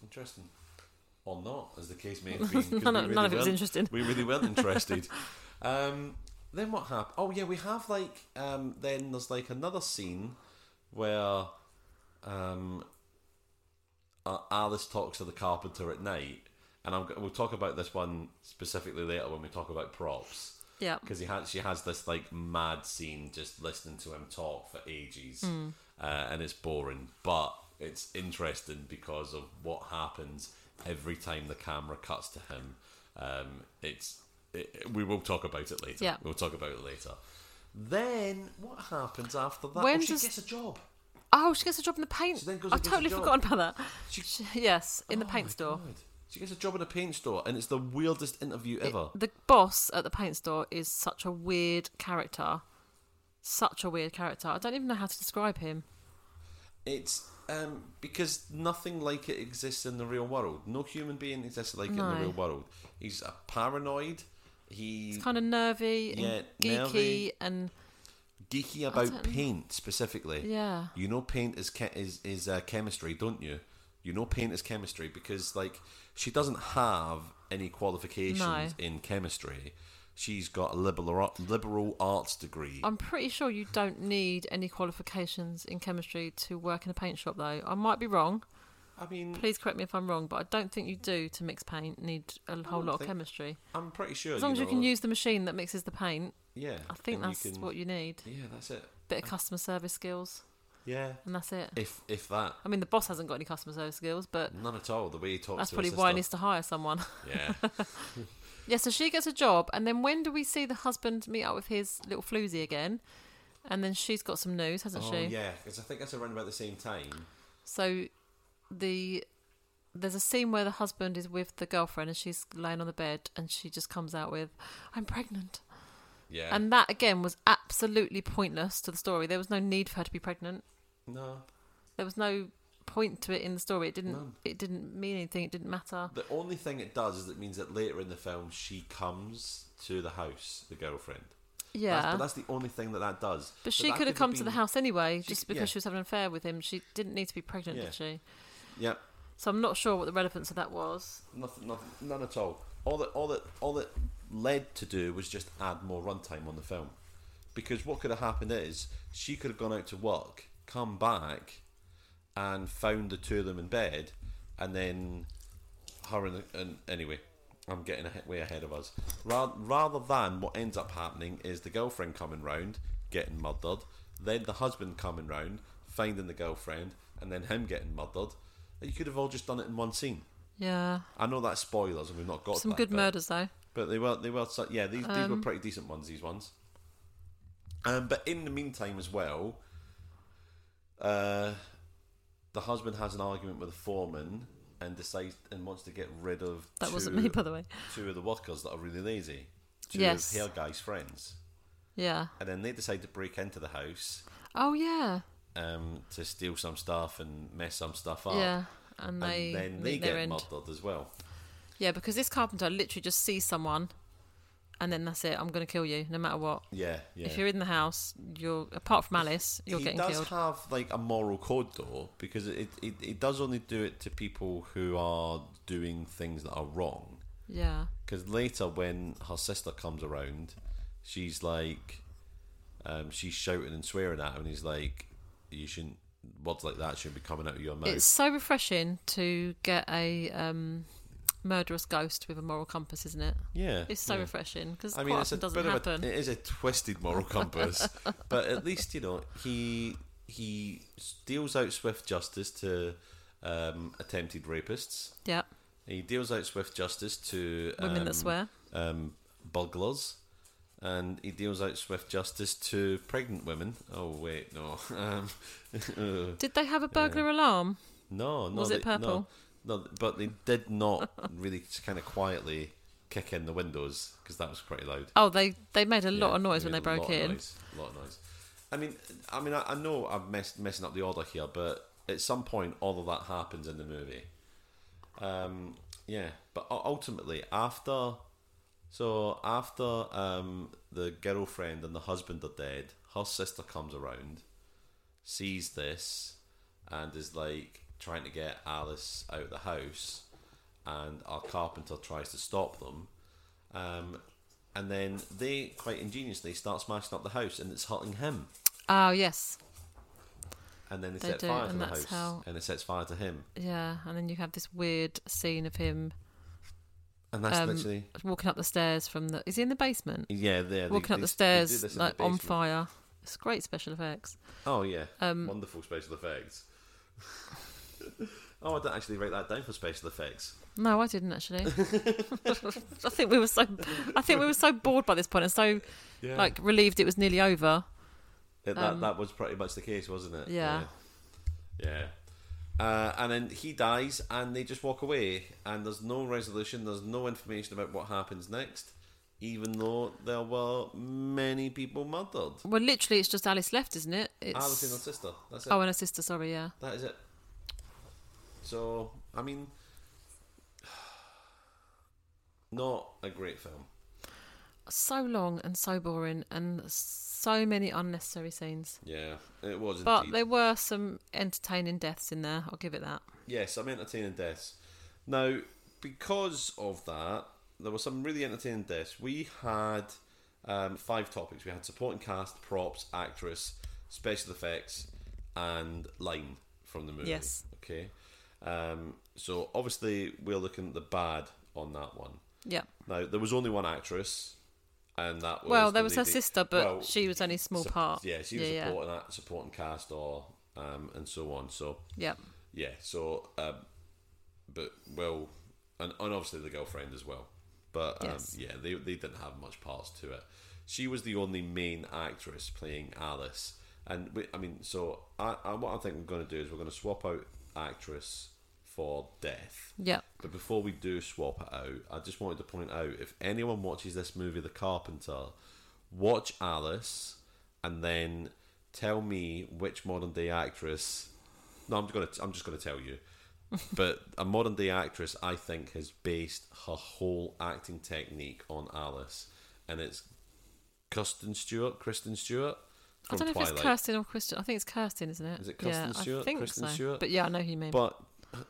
A: Interesting. Or not, as the case
B: <laughs>
A: may have been. 'cause
B: None
A: we
B: of- none of it was
A: weren't-
B: interesting.
A: We really weren't interested. <laughs> um, then what happened? Oh yeah, we have like um, then there's like another scene where um, uh, Alice talks to the carpenter at night, and I'm, g- we'll talk about this one specifically later when we talk about props
B: yeah
A: because he has she has this like mad scene just listening to him talk for ages,
B: Hmm.
A: uh, and it's boring, but it's interesting because of what happens every time the camera cuts to him. Um, it's it, we will talk about it later.
B: Yeah.
A: we'll talk about it later. Then what happens after that?
B: When
A: oh, she
B: does-
A: gets a job.
B: oh she gets a job in the paint
A: She then goes
B: i've
A: and gets a
B: totally
A: job.
B: forgotten about that
A: She-
B: She- yes in the
A: Oh
B: paint
A: my
B: store
A: God. She gets a job in a paint store, and it's the weirdest interview
B: it-
A: ever.
B: the boss at the paint store is such a weird character. Such a weird character. I don't even know how to describe him.
A: It's um, because nothing like it exists in the real world. No human being exists like it in
B: No.
A: the real world. He's a paranoid. He
B: He's kind of nervy and
A: Yeah,
B: geeky
A: nervy.
B: and
A: geeky
B: don't
A: about
B: know.
A: paint specifically.
B: yeah.
A: You know, paint is che- is is uh, chemistry, don't you? You know, paint is chemistry because like she doesn't have any qualifications
B: No.
A: in chemistry. She's got a liberal liberal arts degree.
B: I'm pretty sure you don't need any qualifications in chemistry to work in a paint shop though. I might be wrong.
A: I mean,
B: Please correct me if I'm wrong, but I don't think you do to mix paint need a whole
A: don't
B: lot of
A: think-
B: chemistry.
A: I'm pretty sure.
B: As long as you
A: know,
B: can use the machine that mixes the paint,
A: yeah,
B: I think
A: and
B: that's
A: you can-
B: what you need.
A: Yeah, that's it.
B: Bit of customer service skills
A: Yeah,
B: and that's it.
A: if if that.
B: I mean the boss hasn't got any customer service skills, but
A: None at all. The way he talks.
B: That's
A: to
B: probably
A: her
B: why he needs
A: sister.
B: to hire someone. <laughs>
A: Yeah.
B: yeah, so she gets a job, and then when do we see the husband meet up with his little floozy again? And then she's got some news, hasn't
A: oh
B: she?
A: yeah, because I think that's around about the same time.
B: So the there's a scene where the husband is with the girlfriend, and she's laying on the bed, and she just comes out with, "I'm pregnant,"
A: Yeah.
B: and that again was absolutely pointless to the story. There was no need for her to be pregnant.
A: no,
B: There was no point to it in the story. It didn't.
A: None.
B: It didn't mean anything. It didn't matter.
A: the only thing it does is it means that later in the film she comes to the house, the girlfriend.
B: Yeah.
A: That's, but that's the only thing that that does.
B: But she
A: that
B: could have come to the
A: been-
B: house anyway,
A: she
B: just
A: could-
B: because
A: yeah.
B: she was having an affair with him. She didn't need to be pregnant,
A: Yeah.
B: did she?
A: Yeah.
B: So I'm not sure what the relevance of that was.
A: Nothing. Nothing. None at all. All that. All that. All that led to do was just add more runtime on the film, because what could have happened is she could have gone out to work, come back, and found the two of them in bed, and then her and, and anyway, I'm getting ahe- way ahead of us. Rather, rather than what ends up happening is the girlfriend coming round, getting murdered, then the husband coming round, finding the girlfriend, and then him getting murdered. You could have all just done it in one scene.
B: Yeah.
A: I know that's spoilers, and we've not got to
B: Some
A: that
B: good Um,
A: bit,
B: murders, though.
A: but they were they were so- yeah these these were pretty decent ones. These ones, um, but in the meantime as well, uh, the husband has an argument with the foreman and decides and wants to get rid of
B: That
A: two,
B: wasn't me, by the way.
A: two of the workers that are really lazy. Two
B: Yes.
A: of her guy's friends,
B: Yeah.
A: and then they decide to break into the house
B: Oh, yeah.
A: um, to steal some stuff and mess some stuff up.
B: Yeah.
A: And
B: And they,
A: then they
B: meet
A: get
B: their end.
A: murdered as well.
B: Yeah, because this carpenter literally just sees someone and then that's it. I'm going to kill you, no matter what.
A: Yeah, yeah.
B: If you're in the house, you're, apart from Alice, you're
A: he
B: getting
A: does
B: killed.
A: have like a moral code though, because it, it it does only do it to people who are doing things that are wrong.
B: Yeah.
A: Because later, when her sister comes around, she's like, um, she's shouting and swearing at him, and he's like, "You shouldn't words like that shouldn't be coming out of your mouth."
B: It's so refreshing to get a um, murderous ghost with a moral compass, isn't it?
A: yeah,
B: It's so
A: yeah.
B: refreshing because
A: I
B: quite
A: mean, it's a
B: often doesn't
A: bit of a,
B: happen.
A: it is a twisted moral
B: <laughs>
A: compass, but at least you know he he deals out swift justice to um, attempted rapists.
B: yeah.
A: He deals out swift justice to um,
B: Women that swear.
A: um, burglars, and he deals out swift justice to pregnant women. Oh wait, no, <laughs> um, uh,
B: Did they have a burglar alarm?
A: no, no.
B: Was it
A: they- no.
B: purple?
A: No, but they did not really <laughs> kind of quietly kick in the windows because that was pretty loud.
B: Oh, they they made a lot
A: Yeah,
B: of noise when they
A: made a lot
B: broke
A: of
B: in.
A: noise, a lot of noise. I mean, I mean, I, I know I'm mess, messing up the order here, but at some point, all of that happens in the movie. Um, yeah, but u- ultimately, after so after um, the girlfriend and the husband are dead, her sister comes around, sees this, and is like trying to get Alice out of the house, and our carpenter tries to stop them. Um, and then they quite ingeniously start smashing up the house, and it's hurting him.
B: Oh yes,
A: And then they,
B: They
A: set
B: do,
A: fire to
B: and
A: the
B: that's
A: house,
B: how-
A: and it sets fire to him.
B: yeah. And then you have this weird scene of him
A: And that's
B: Um,
A: literally
B: walking up the stairs from the. Is he in the basement?
A: yeah, there.
B: walking up the stairs like on fire. Um, It's great special effects.
A: Oh yeah, wonderful special effects. <laughs> oh, I didn't actually write that down for special effects.
B: No, I didn't actually. <laughs> I think we were so I think we were so bored by this point and so
A: Yeah,
B: like relieved it was nearly over.
A: It- that that was pretty much the case, wasn't it?
B: Um, Yeah.
A: yeah. Yeah. Uh, and then he dies, and they just walk away, and there's no resolution. There's no information about what happens next, even though there were many people murdered.
B: Well, literally, it's just Alice left, isn't it? It's
A: Alice and her sister. That's it.
B: oh, and her sister. Sorry, yeah.
A: That is it. So, I mean, <sighs> not a great film.
B: So long and so boring and so many unnecessary scenes.
A: Yeah, it was.
B: But
A: indeed.
B: there were some entertaining deaths in there. I'll give it that.
A: Yes, I'm entertaining deaths. Now, because of that, there were some really entertaining deaths. We had um, five topics. We had supporting cast, props, actress, special effects, and line from the movie.
B: Yes.
A: Okay. Um, so obviously, we're looking at the bad on that one.
B: Yeah.
A: Now there was only one actress, and that was
B: Well,
A: the
B: there was her
A: lady-
B: sister, but
A: well,
B: she was only a small
A: sup-
B: part.
A: Yeah, she was
B: yeah, yeah.
A: supporting that supporting cast or um, and so on. So
B: Yeah.
A: yeah, so um, but well, and, and obviously the girlfriend as well. But um,
B: Yes.
A: yeah, they they didn't have much parts to it. She was the only main actress playing Alice, and we, I mean, so I, I what I think we're going to do is we're going to swap out actress for death.
B: Yeah.
A: But before we do swap it out, I just wanted to point out if anyone watches this movie, The Carpenter, watch Alice and then tell me which modern day actress. No, I'm gonna I'm just gonna tell
B: <laughs>
A: you. but a modern day actress, I think, has based her whole acting technique on Alice, and it's Kirsten Stewart, Kristen Stewart
B: I
A: from
B: don't know
A: Twilight.
B: if it's Kirsten or Kristen. I think it's Kirsten, isn't it?
A: Is it
B: yeah,
A: Kirsten Stewart?
B: I think
A: Kristen
B: so.
A: Stewart?
B: But yeah, I know who you mean.
A: But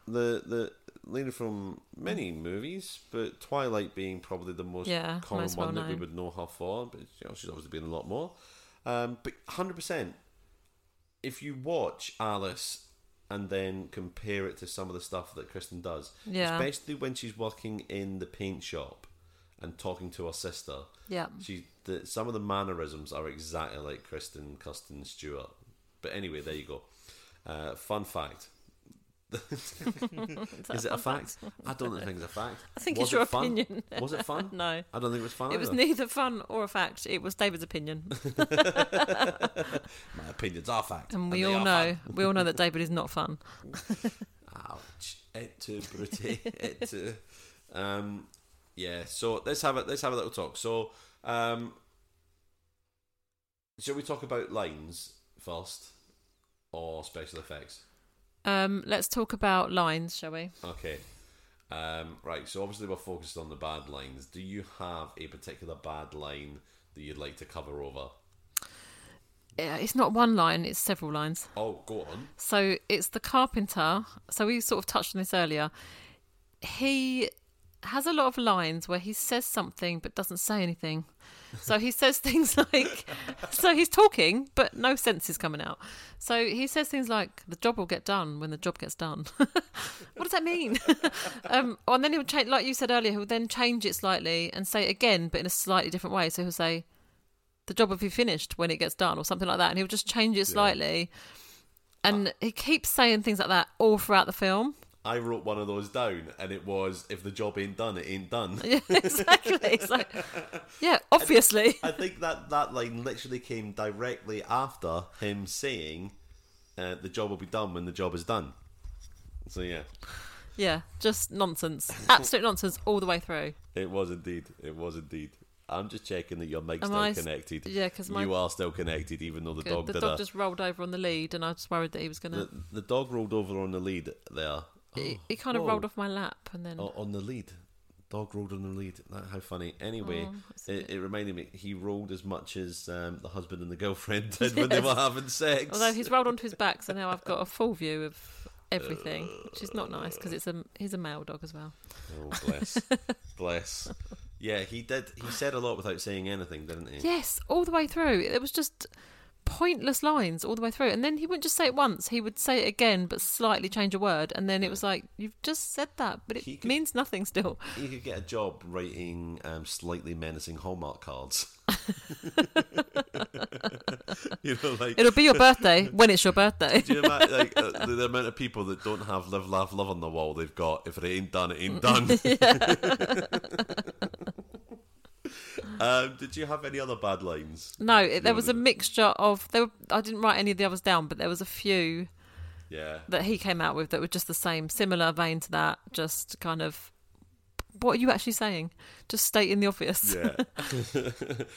A: the the lady from many movies, but Twilight being probably the most
B: Yeah,
A: common
B: most
A: one that we
B: well-known.
A: would know her for. But you know, she's obviously been in a lot more. Um, but hundred percent, if you watch Alice and then compare it to some of the stuff that Kristen does,
B: Yeah.
A: especially when she's working in the paint shop and talking to her sister,
B: yeah.
A: she the, some of the mannerisms are exactly like Kristen Kirsten Stewart. But anyway, there you go. Uh, fun
B: <laughs>
A: fact. Is it a fact? I don't think it's a fact.
B: I think
A: was
B: it's your
A: it fun?
B: opinion.
A: Was it fun?
B: <laughs> No.
A: I don't think it was fun.
B: It was
A: either.
B: neither fun or a fact. It was
A: <laughs>
B: David's opinion,
A: My opinions are fact,
B: and we
A: they
B: all
A: are
B: know
A: fact.
B: we all know that David is not fun.
A: Ouch! It too, Brutty. <laughs> it too. Um, yeah. So let's have a let's have a little talk. So, um, shall we talk about lines first, or special effects?
B: Um, let's talk about lines, shall we?
A: Okay. Um, right, so obviously we're focused on the bad lines. Do you have a particular bad line that you'd like to cover over?
B: Yeah, It's not one line; it's several lines.
A: Oh, go on.
B: So it's the carpenter. So we sort of touched on this earlier. He has a lot of lines where he says something but doesn't say anything. So he says <laughs> things like, so he's talking but no sense is coming out. So he says things like, "The job will get done when the job gets done." <laughs> what does that mean? <laughs> um, and then he'll change, like you said earlier, he'll then change it slightly and say it again but in a slightly different way. So he'll say, "The job will be finished when it gets done" or something like that, and he'll just change it slightly. And he keeps saying things like that all throughout the film.
A: I wrote one of those down, and it was if the job ain't done, it ain't done.
B: Yeah, exactly. It's like, yeah, obviously.
A: I think that that line literally came directly after him saying, uh, "The job will be done when the job is done." So yeah,
B: Yeah, just nonsense. Absolute nonsense all the way through.
A: it was indeed. It was indeed. I'm just checking that your mic's
B: Am
A: still
B: I s-
A: connected.
B: yeah, 'cause my-
A: you are still connected, even though the dog
B: the
A: did
B: dog
A: a,
B: just rolled over on the lead, and I was worried that he was going to.
A: the, the dog rolled over on the lead there.
B: He, he kind of
A: whoa.
B: rolled off my lap, and then.
A: Oh, on the lead. Dog rolled on the lead. That, how funny. Anyway,
B: Oh,
A: it, it reminded me he rolled as much as um, the husband and the girlfriend <laughs> did when they
B: Yes.
A: were having sex.
B: Although he's rolled onto his back, so now I've got a full view of everything, which is not nice because it's a he's a male dog as well.
A: Oh,
B: <laughs>
A: bless, bless. Yeah, he did. He said a lot without saying anything, didn't he?
B: Yes, all the way through. It was just pointless lines all the way through, and then he wouldn't just say it once; he would say it again, but slightly change a word, and then it was like you've just said that, but it
A: He could-
B: means nothing still.
A: He could get a job writing um, slightly menacing Hallmark
B: <laughs>
A: cards. <laughs> you know, like.
B: It'll be your birthday
A: <laughs>
B: when it's your birthday.
A: do you imagine, like uh, the, the amount of people that don't have live, laugh, love on the wall they've got? If it ain't done, it
B: <laughs>
A: ain't done. <laughs> um, did you have any other bad lines?
B: <laughs> No, it, there was a
A: Surely.
B: mixture of there. Were, I didn't write any of the others down, but there was a few
A: Yeah.
B: that he came out with that were just the same, similar vein to that. Just kind of, what are you actually saying? Just stating the obvious.
A: Yeah.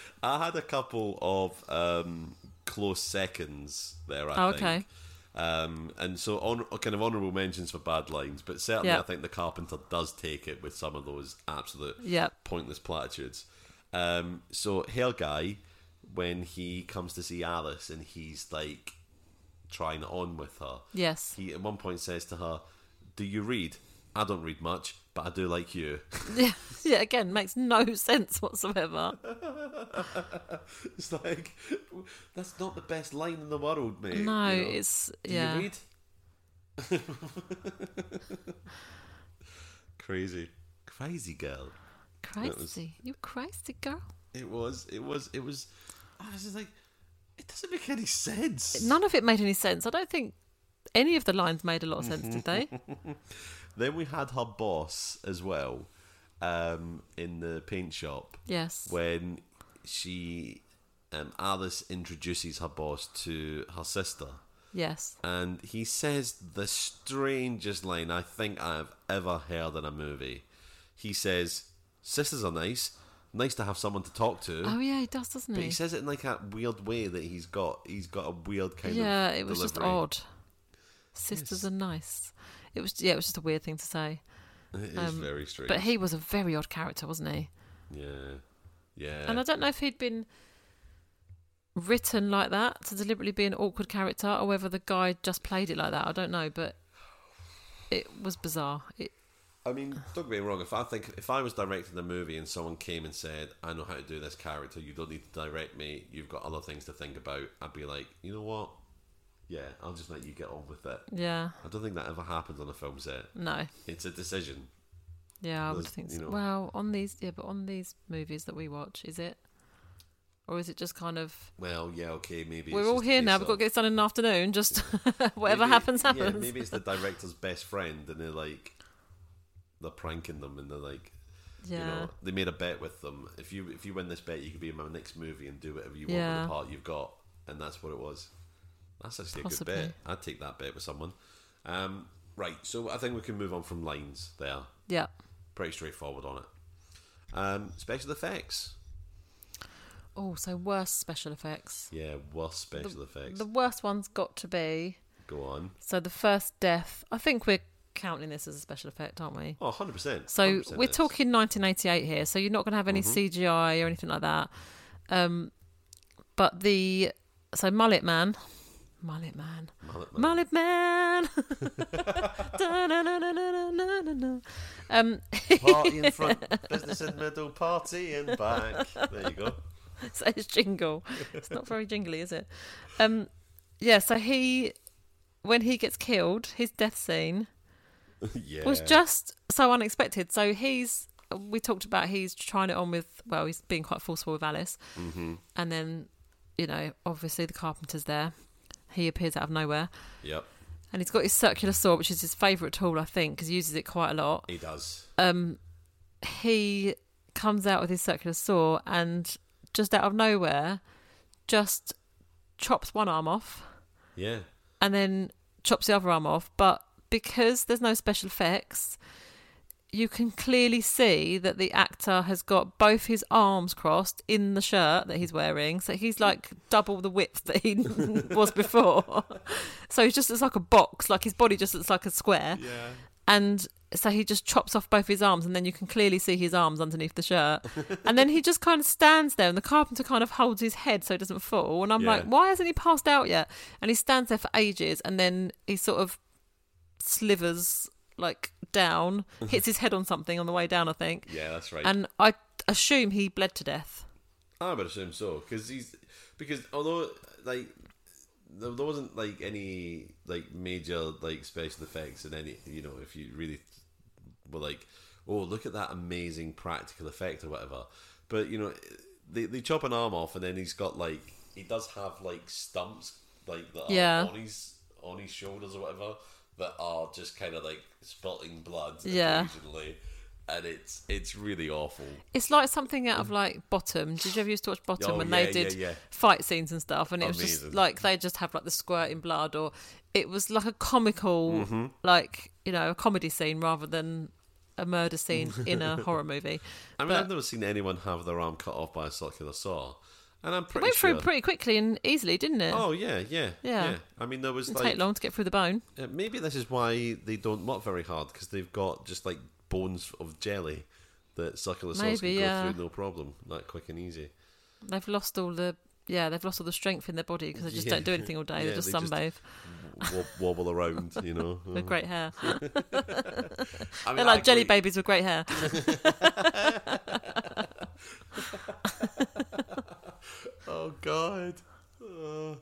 A: <laughs> I had a couple of um, close seconds there, I
B: Oh,
A: think.
B: okay.
A: Um, and so, on, kind of honourable mentions for bad lines, but certainly
B: Yeah.
A: I think the carpenter does take it with some of those absolute
B: Yeah.
A: pointless platitudes. Um, so, Hail Guy, when he comes to see Alice and he's like trying it on with her, <laughs>
B: Yes. <laughs>
A: he at one point says to her, Do you read? I don't read much, but I do like you. <laughs>
B: Yeah. Yeah. Again, makes no <laughs> sense whatsoever.
A: It's like that's not the best line in the world, mate.
B: No,
A: you know.
B: it's
A: Do
B: yeah.
A: You read? <laughs> crazy, crazy girl.
B: Crazy,
A: was-
B: you crazy girl.
A: It was. It was. It was. I was just like, it doesn't make any sense.
B: None of it made any sense. I don't think any of the lines made a lot of sense,
A: <laughs>
B: did they?
A: Then we had her boss as well, um, in the paint shop
B: Yes.
A: when she, um, Alice introduces her boss to her sister.
B: Yes.
A: and he says the strangest line I think I have ever heard in a movie. He says, "Sisters are nice, nice to have someone to talk to."
B: Oh yeah, he does, doesn't
A: but he
B: he?
A: says it in like that weird way that he's got. He's got a weird kind of
B: Yeah, it was just
A: delivery.
B: odd. Sisters are nice. It was yeah, it was just a weird thing to say.
A: <laughs> It is very strange.
B: Um, But he was a very odd character, wasn't he?
A: yeah, yeah.
B: And I don't know if he'd been written like that to deliberately be an awkward character, or whether the guy just played it like that. I don't know, but it was bizarre. It,
A: I mean, don't get me wrong. If I think if I was directing a movie and someone came and said, "I know how to do this character. You don't need to direct me. You've got other things to think about," I'd be like, "You know what? Yeah, I'll just let you get on with it."
B: yeah,
A: I don't think that ever happened on a film set.
B: no,
A: It's a decision.
B: yeah, I would
A: There's-
B: think.
A: you
B: So.
A: know.
B: Well, on these, yeah, but on these movies that we watch, is it, or is it just kind of
A: Well, yeah, okay, maybe.
B: we're
A: it's
B: all
A: just a
B: here now.
A: case
B: We've got to
A: of-
B: get this done in an
A: <laughs>
B: afternoon. Just <laughs> whatever
A: maybe-
B: happens, happens.
A: Yeah, maybe
B: <laughs>
A: it's the director's best friend, and they're like, they're pranking them, and they're like, you
B: Yeah.
A: know, they made a bet with them. If you if you win this bet, you could be in my next movie and do whatever you want with
B: Yeah.
A: the part you've got, and that's what it was. That's actually
B: Possibly.
A: a good bet. I'd take that bet with someone. Um, right, so I think we can move on from lines there.
B: yeah.
A: Pretty straightforward on it. Um, special effects.
B: Oh, so worst special effects.
A: Yeah, worst special effects.
B: The worst one's got to be
A: Go on.
B: so the first death. I think we're counting this as a special effect, aren't we?
A: Oh, 100%.
B: So
A: 100%
B: we're
A: it is.
B: talking 1988 here. So you're not going to have any CGI or anything like that. Um, but the so mullet man Mullet Man.
A: Mullet Man.
B: Mullet Man. <laughs> Da-na-na-na-na-na-na-na. um, <laughs>
A: Party in front, business in middle, party in back. There you go. <laughs>
B: <laughs> so it's jingle. It's not very jingly, is it? Um, yeah. So he, when he gets killed, his death scene
A: yeah.
B: was just so unexpected. So he's we talked about he's trying it on with well, he's being quite forceful with Alice,
A: Mhm.
B: and then you know obviously the carpenter's there. He appears out of nowhere,
A: Yep.
B: and he's got his circular saw, which is his favourite tool, I think, because he uses it quite a lot.
A: He does.
B: Um, he comes out with his circular saw and just out of nowhere, just chops one arm off
A: Yeah.
B: and then chops the other arm off. But because there's no special effects, you can clearly see that the actor has got both his arms crossed in the shirt that he's wearing. So he's like double the width that he <laughs> was before. <laughs> so he just looks like a box, like his body just looks like a square.
A: Yeah.
B: And so he just chops off both his arms, and then you can clearly see his arms underneath the shirt. and then he just kind of stands there, and the carpenter kind of holds his head so it doesn't fall. And I'm
A: Yeah.
B: like, why hasn't he passed out yet? And he stands there for ages, and then he sort of slivers like down, hits his head on something on the way down,
A: <laughs>
B: I think.
A: Yeah, that's right.
B: And I assume he bled to death.
A: I would assume so because he's because although like there there wasn't like any like major like special effects in any you know if you really were like oh look at that amazing practical effect or whatever but you know they they chop an arm off and then he's got like he does have like stumps like that
B: Yeah.
A: are on his on his shoulders or whatever that are just kind of like spilting blood
B: Yeah.
A: occasionally and it's it's really awful
B: It's like something out of like Bottom. Did you ever used to watch Bottom
A: Mm. Oh,
B: when
A: yeah,
B: they did
A: yeah, Oh, yeah.
B: fight scenes and stuff? And it was just
A: Amazing.
B: like they just have like the squirting blood, or it was like a comical,
A: Mm-hmm.
B: like you know, a comedy scene rather than a murder scene in
A: <laughs>
B: a horror movie.
A: I mean,
B: But-
A: I've never seen anyone have their arm cut off by a circular saw, and I'm
B: It
A: pretty
B: went
A: sure.
B: through pretty quickly and easily, didn't it?
A: oh yeah, yeah,
B: Yeah.
A: yeah, I mean, there was
B: Didn't
A: like
B: take long to get through the bone.
A: uh, maybe this is why they don't work very hard because they've got just like bones of jelly that circular saws
B: Maybe,
A: can go
B: yeah.
A: through no problem, that quick and easy.
B: They've lost all the yeah, they've lost all the strength in their body because they just
A: Yeah.
B: don't do anything
A: <laughs>
B: all day. they
A: Yeah,
B: just
A: they just- Mm-hmm.
B: sunbathe
A: W- wobble around, you
B: <laughs>
A: know.
B: with great hair.
A: I mean,
B: They're like jelly
A: actually-
B: babies with great hair. <laughs>
A: Oh God. Uh,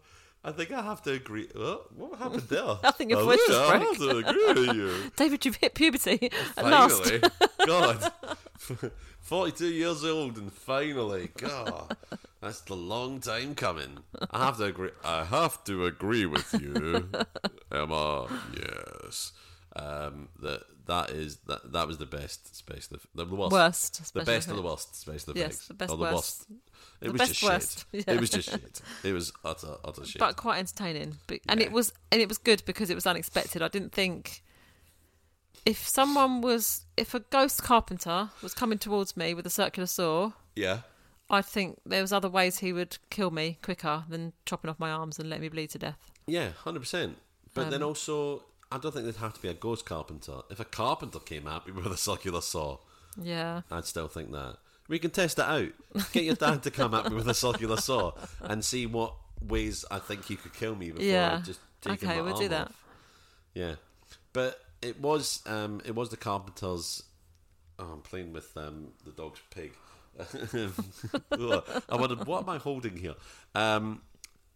A: I think I have to agree. Oh, what happened there?
B: <laughs> I think your
A: Oh,
B: voice
A: yeah,
B: just
A: I
B: broke.
A: have to agree with you.
B: David, you've
A: <laughs>
B: hit puberty at last.
A: Finally,
B: <laughs>
A: God, forty-two years old, and finally, God, that's the long time coming. I have to agree. I have to agree with
B: <laughs>
A: you, Emma. Yes, um, that that is that that was the best special eff- the worst,
B: Worst
A: the
B: special
A: best of the
B: effect.
A: worst special
B: Yes,
A: effects.
B: the best
A: or the
B: worst.
A: worst. It
B: The
A: was
B: best
A: just
B: worst,
A: shit.
B: yeah.
A: It was just shit. It was utter
B: <laughs>
A: utter shit.
B: but quite entertaining. But, and it
A: Yeah.
B: was and it was good because it was unexpected. I didn't think if someone was if a ghost carpenter was coming towards me with a circular saw,
A: yeah,
B: I think there was other ways he would kill me quicker than chopping off my arms and letting me bleed to death.
A: yeah, hundred percent. But then
B: Um,
A: also. I don't think there'd have to be a ghost carpenter. If a carpenter came at me <laughs> with a circular saw,
B: Yeah.
A: I'd still think that. We can test it out. Get your dad to come at me with a circular saw and see what ways I think he could kill me before
B: Yeah.
A: I just take
B: Okay,
A: my
B: we'll
A: arm
B: do that.
A: off. Yeah, but it was um, it was the carpenter's. Oh, I'm playing with um, the dog's pig. <laughs> Um, I wondered what am I holding here? Um,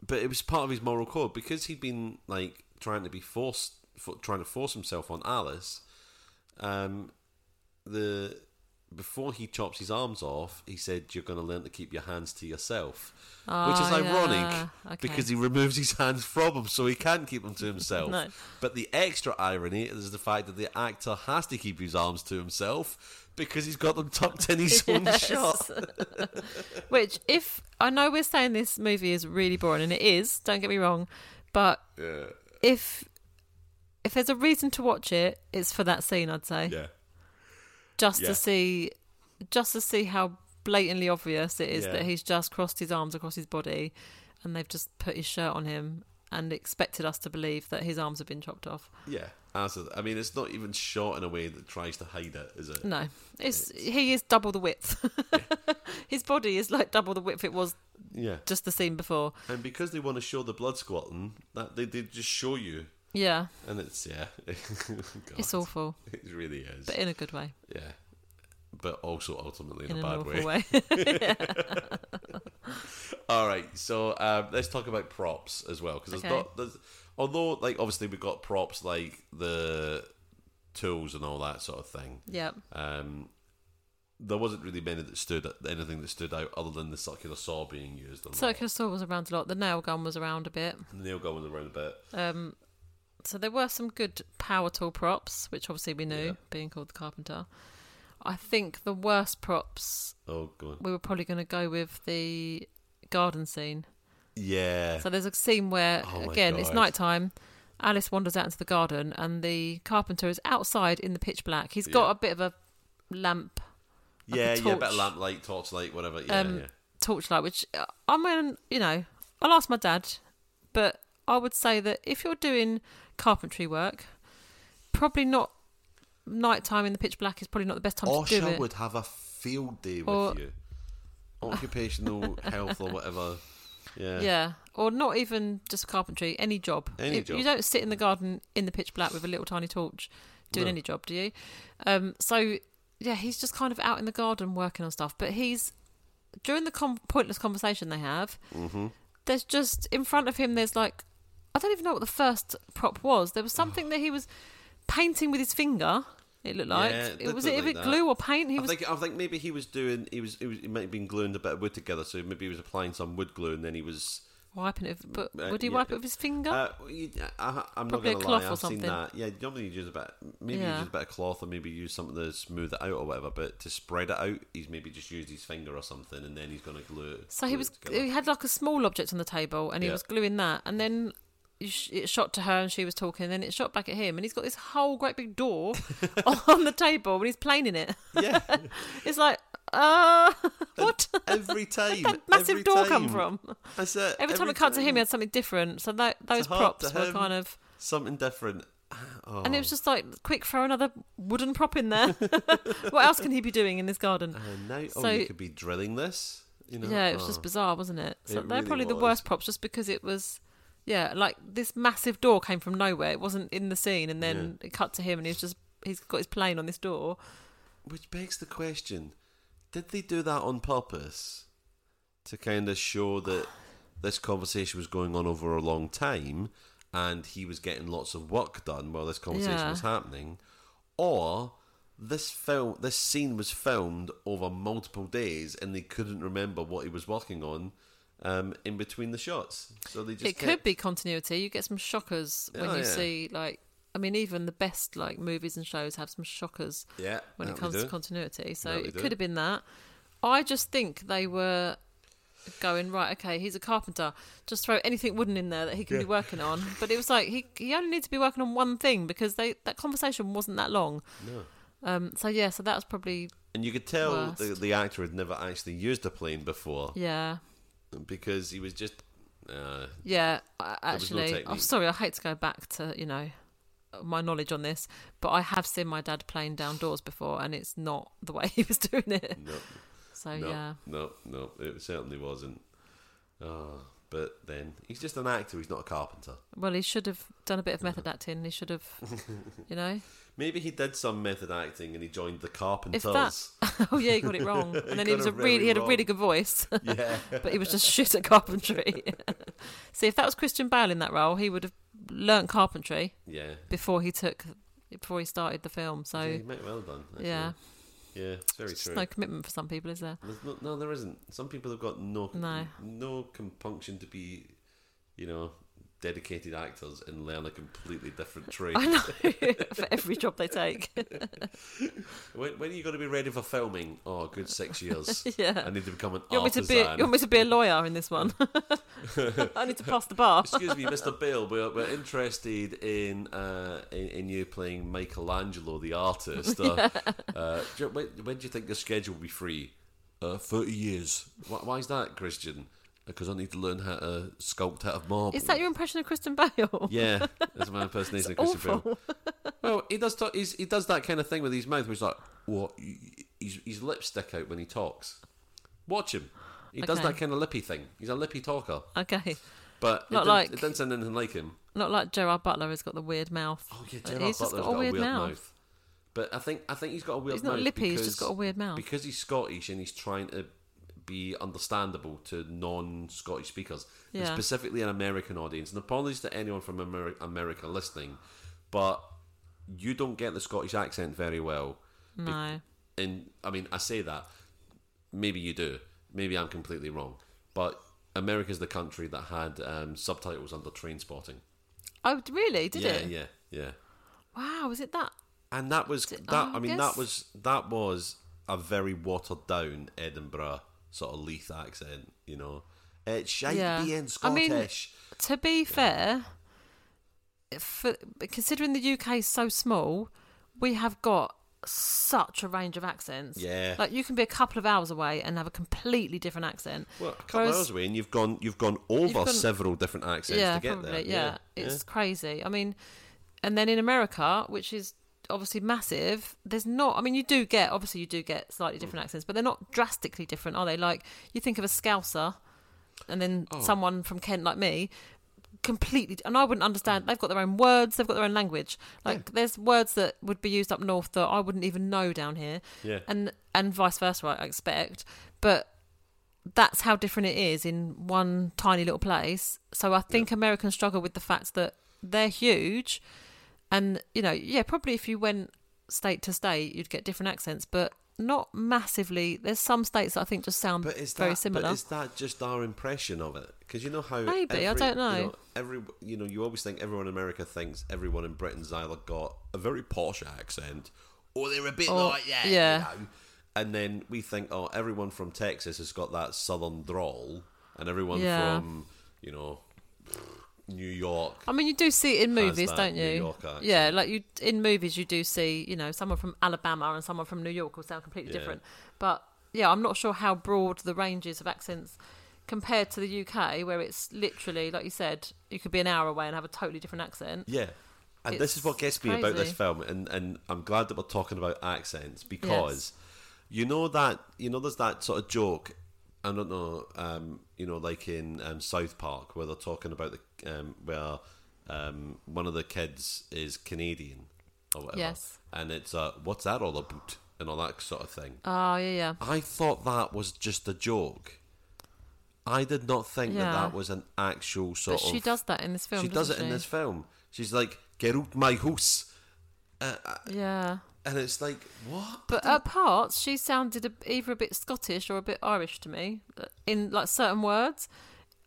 A: but it was part of his moral code because he'd been like trying to be forced, for, trying to force himself on Alice. Um, the before he chops his arms off, he said, "You're going to learn to keep your hands to yourself," which is
B: Ah,
A: ironic
B: yeah, okay.
A: because he removes his hands from him so he can keep
B: <laughs>
A: them to himself.
B: No.
A: But the extra irony is the fact that the actor has to keep his arms to himself because he's got them tucked in his own
B: <laughs> Yes.
A: shot.
B: <laughs> Which if I know we're saying this movie is really boring and it is, don't get me wrong, but
A: Yeah,
B: if if there's a reason to watch it, it's for that scene, I'd say.
A: yeah,
B: just
A: Yeah.
B: to see just to see how blatantly obvious it is
A: Yeah.
B: that he's just crossed his arms across his body and they've just put his shirt on him and expected us to believe that his arms have been chopped off.
A: yeah. As I mean, it's not even shot in a way that tries to hide it, is it?
B: <laughs> No. It's he is double the width. his body is like double the width it was
A: Yeah.
B: just the scene before.
A: And because they want to show the blood squatting, that they, they just show you,
B: Yeah,
A: and it's yeah, <laughs> God,
B: it's awful,
A: <laughs> It really is.
B: but in a good way,
A: yeah, but also ultimately in,
B: in
A: a
B: an
A: bad
B: awful
A: way.
B: way.
A: <laughs>
B: <laughs>
A: All right, so um, let's talk about props as well because
B: Okay.
A: there's not, there's, although like obviously we've got props like the tools and all that sort of thing.
B: yeah,
A: Um, there wasn't really many that stood anything that stood out other than the circular saw being used. A lot.
B: circular saw was around a lot. The nail gun was around a bit.
A: The nail gun was around a bit.
B: Um, so there were some good power tool props, which obviously we knew,
A: Yeah.
B: being called the carpenter. I think the worst props
A: Oh god,
B: we were probably going to go with the garden scene.
A: yeah.
B: So there's a scene where
A: <laughs> Oh my
B: again it's
A: God.
B: nighttime. Alice wanders out into the garden, and the carpenter is outside in the pitch black. He's got
A: Yeah.
B: a bit of a lamp like a
A: yeah, yeah, a bit
B: torch.
A: of lamplight, torchlight, whatever. Yeah,
B: Um,
A: yeah.
B: torchlight, which uh, I mean, you know, I'll ask my dad, but I would say that if you're doing carpentry work, probably not nighttime in the pitch black is probably not the best time to do
A: Osha
B: it.
A: would have a field day with
B: Or-
A: you.
B: <laughs>
A: Occupational health or whatever. Yeah.
B: yeah, or not even just carpentry, any job.
A: Any
B: If-
A: job.
B: You don't sit in the garden in the pitch black with a little tiny torch doing
A: No.
B: any job, do you? Um, so yeah, he's just kind of out in the garden working on stuff, but he's during the con pointless conversation they have.
A: Mm-hmm.
B: There's just in front of him. There's like I don't even know what the first prop was. There was something that he was painting with his finger. It looked like
A: Yeah, it
B: it
A: did
B: was
A: look
B: it a
A: like
B: bit
A: that.
B: glue or paint. He
A: I
B: was
A: think I think maybe he was doing he was he, was, he might have been gluing a bit of wood together, so maybe he was applying some wood glue, and then he was.
B: wiping it, but
A: Uh,
B: would he
A: yeah.
B: wipe it with his finger?
A: Uh, you- I, am not
B: Probably a
A: gonna
B: cloth
A: lie,
B: or
A: I've seen
B: something.
A: that. Yeah, normally you use a bit, maybe you
B: Yeah.
A: use a bit of cloth, or maybe use something to smooth it out or whatever. But to spread it out, he's maybe just used his finger or something, and then he's gonna glue. it-
B: So he
A: glue it
B: was
A: together.
B: he had like a small object on the table, and he
A: Yeah.
B: was gluing that, and then you sh- it shot to her, and she was talking, and then it shot back at him, and he's got this whole great
A: <laughs>
B: big door on the table, and he's playing in it. <laughs>
A: yeah.
B: It's like, uh, <laughs> what?
A: Every time,
B: That massive
A: every
B: door
A: time.
B: come from?
A: That's it.
B: Every, time it cut to him, he had something different. So that, those
A: hard
B: props
A: to
B: were
A: him.
B: kind of,
A: something different. Oh,
B: and it was just like, quick, throw another wooden prop in there. <laughs> what else can he be doing in
A: <laughs>
B: this garden?
A: and now oh,
B: so-
A: you could be drilling this. You know,
B: Yeah, it was
A: Oh.
B: just bizarre, wasn't it? So
A: It
B: they're
A: really
B: probably the
A: was.
B: worst props just because it was yeah, like this massive door came from nowhere. It wasn't in the scene and then it cut to him and he's just he's got his plane on this door.
A: Which begs the question: Did they do that on purpose to kind of show that this conversation was going on over a long time, and he was getting lots of work done while this conversation
B: Yeah.
A: was happening, or this film, this scene was filmed over multiple days, and they couldn't remember what he was working on um, in between the shots? So they just
B: it
A: kept-
B: could be continuity. You get some shockers when
A: Oh,
B: you
A: yeah.
B: see like I mean even the best like movies and shows have some shockers
A: yeah
B: when
A: that
B: it
A: we
B: comes to
A: do.
B: continuity. So
A: That we
B: it
A: do.
B: could have been that. I just think they were going right. Okay, he's a carpenter. Just throw anything wooden in there that he can be working
A: <laughs>
B: on. But it was like he he only needs to be working on one thing because they that conversation wasn't that long.
A: No.
B: Um. So yeah. So that was probably
A: And you could tell
B: Worst.
A: the, the actor had never actually used a plane before
B: yeah.
A: because he was just. Uh,
B: Yeah, I-
A: was no
B: actually, I'm
A: technique.
B: sorry. I hate to go back to you know my knowledge on this, but I have seen my dad playing downdoors before, and it's not the way <laughs> he was doing it.
A: no,
B: So
A: no,
B: yeah,
A: no, no, it certainly wasn't. Oh, but then he's just an actor. He's not a carpenter.
B: well, he should have done a bit of method acting. He
A: <laughs>
B: should have, you know, <laughs>
A: Maybe he did some method acting and he joined the carpenters.
B: oh yeah, he got
A: <laughs>
B: it wrong, and then he
A: got
B: was
A: it
B: a really
A: very
B: he had a really
A: wrong.
B: good voice, <laughs>
A: <laughs> yeah,
B: but he was
A: <laughs>
B: just shit at carpentry. <laughs> See, if that was Christian Bale in that role, he would have learnt carpentry
A: yeah.
B: before he took before he started the film. So
A: yeah,
B: yeah,
A: he might well have done. actually. yeah, it's very
B: just
A: true.
B: no commitment for some people, is there?
A: There's no, no, there isn't. Some people have got no,
B: No.
A: no compunction to be, you know, dedicated actors and learn a completely different trade.
B: <laughs> I know for every job they
A: <laughs>
B: take.
A: When, when are you going to be ready for filming? Oh, good six years.
B: <laughs> yeah.
A: I need to become an
B: You want, me to
A: artisan.
B: be, you want me to be a lawyer in
A: <laughs>
B: this one? <laughs> I need to pass the bar.
A: Excuse
B: <laughs>
A: me, Mr. Bale. We're, we're interested in, uh, in in you playing Michelangelo, the
B: <laughs>
A: artist. Uh, uh, do you- when, when do you think your schedule will be free? Uh, Thirty years. Why, why is that, Christian? Because I need to learn how to sculpt out of marble.
B: Is that your impression of Kristen Bale?
A: <laughs> Yeah, that's my impersonation of Christian Bale.
B: Awful. <laughs>
A: Well, he does. Talk, he's, he does that kind of thing with his mouth, where he's like, "What?" His, his lips stick out when he talks. Watch him. He does
B: Okay.
A: that kind of lippy thing. He's a lippy talker,
B: <laughs> Okay.
A: but it
B: Not
A: didn't,
B: like-
A: it didn't sound anything like him.
B: Not like Gerard Butler who's got the weird mouth.
A: Oh yeah,
B: Uh,
A: Gerard
B: he's
A: Butler's
B: just
A: got, a weird mouth. But I think I think he's got a weird
B: He's
A: mouth.
B: not lippy,
A: because,
B: he's just got a weird mouth.
A: because he's Scottish and he's trying to be understandable to non-Scottish speakers, and
B: Yeah.
A: specifically an American audience. And apologies to anyone from Ameri- America listening, but you don't get the Scottish accent very well.
B: No.
A: And I mean, I say that maybe you do, maybe I'm completely wrong, but America's the country that had um, subtitles under train spotting.
B: Oh, d- really? Did
A: yeah,
B: it?
A: yeah, yeah.
B: Wow, is it that?
A: And that was
B: Did-
A: that.
B: oh,
A: I
B: I
A: mean,
B: guess-
A: that was that was a very watered down Edinburgh sort of Leith accent. You know, it shite
B: Yeah.
A: being
B: I mean-
A: Scottish.
B: To be fair, for, considering the UK is so small, we have got such a range of accents.
A: yeah.
B: Like you can be a couple of hours away and have a completely different accent.
A: well, a couple
B: whereas-
A: hours away, and you've gone you've gone over
B: gone-
A: several different accents
B: yeah,
A: to get
B: probably.
A: there.
B: Yeah. it's crazy. I mean, and then in America, which is obviously massive, there's not. I mean, you do get obviously you do get slightly different accents, but they're not drastically different, are they? Like you think of a Scouser, and then someone from Kent like me. Completely, and I wouldn't understand. They've got their own words, they've got their own language. Like, there's words that would be used up north that I wouldn't even know down here,
A: Yeah.
B: and and vice versa. I expect, but that's how different it is in one tiny little place. So I think Americans struggle with the fact that they're huge, and you know, yeah, probably if you went state to state, you'd get different accents, but not massively. There's some states that I think just sound
A: But is that
B: very similar.
A: But is that just our impression of it? Because you know how
B: Maybe, I
A: every-
B: don't
A: You
B: know.
A: know, every you know you always think everyone in America thinks everyone in Britain's either got a very posh accent or they're a bit
B: Or-
A: like that.
B: yeah.
A: You know? And then we think, oh, everyone from Texas has got that southern drawl, and everyone
B: Yeah.
A: from you know New York.
B: I mean, you do see it in
A: Has
B: movies,
A: that
B: don't
A: New
B: you?
A: York accent.
B: yeah, like you in movies, you do see you know someone from Alabama and someone from New York will sound completely
A: Yeah.
B: different. But yeah, I'm not sure how broad the range is of accents compared to the UK, where it's literally like you said, you could be an hour away and have a totally different accent.
A: Yeah. And this is
B: It's
A: what gets me about this
B: crazy.
A: film and, and I'm glad that we're talking about accents because you know that you know there's that sort of joke I don't know um, you know like in um, South Park where they're talking about the um, where um, one of the kids is Canadian or whatever
B: Yes.
A: and it's uh, what's that all about and all that sort of thing
B: Oh yeah, yeah.
A: I thought that was just a joke I did not think that
B: Yeah.
A: that was an actual sort
B: But she
A: of
B: does that in this film.
A: she does it
B: doesn't
A: in this film. She's like, "Get out my house,"
B: Yeah.
A: and it's like, "What?"
B: But uh, at parts, she sounded a, either a bit Scottish or a bit Irish to me in like certain words.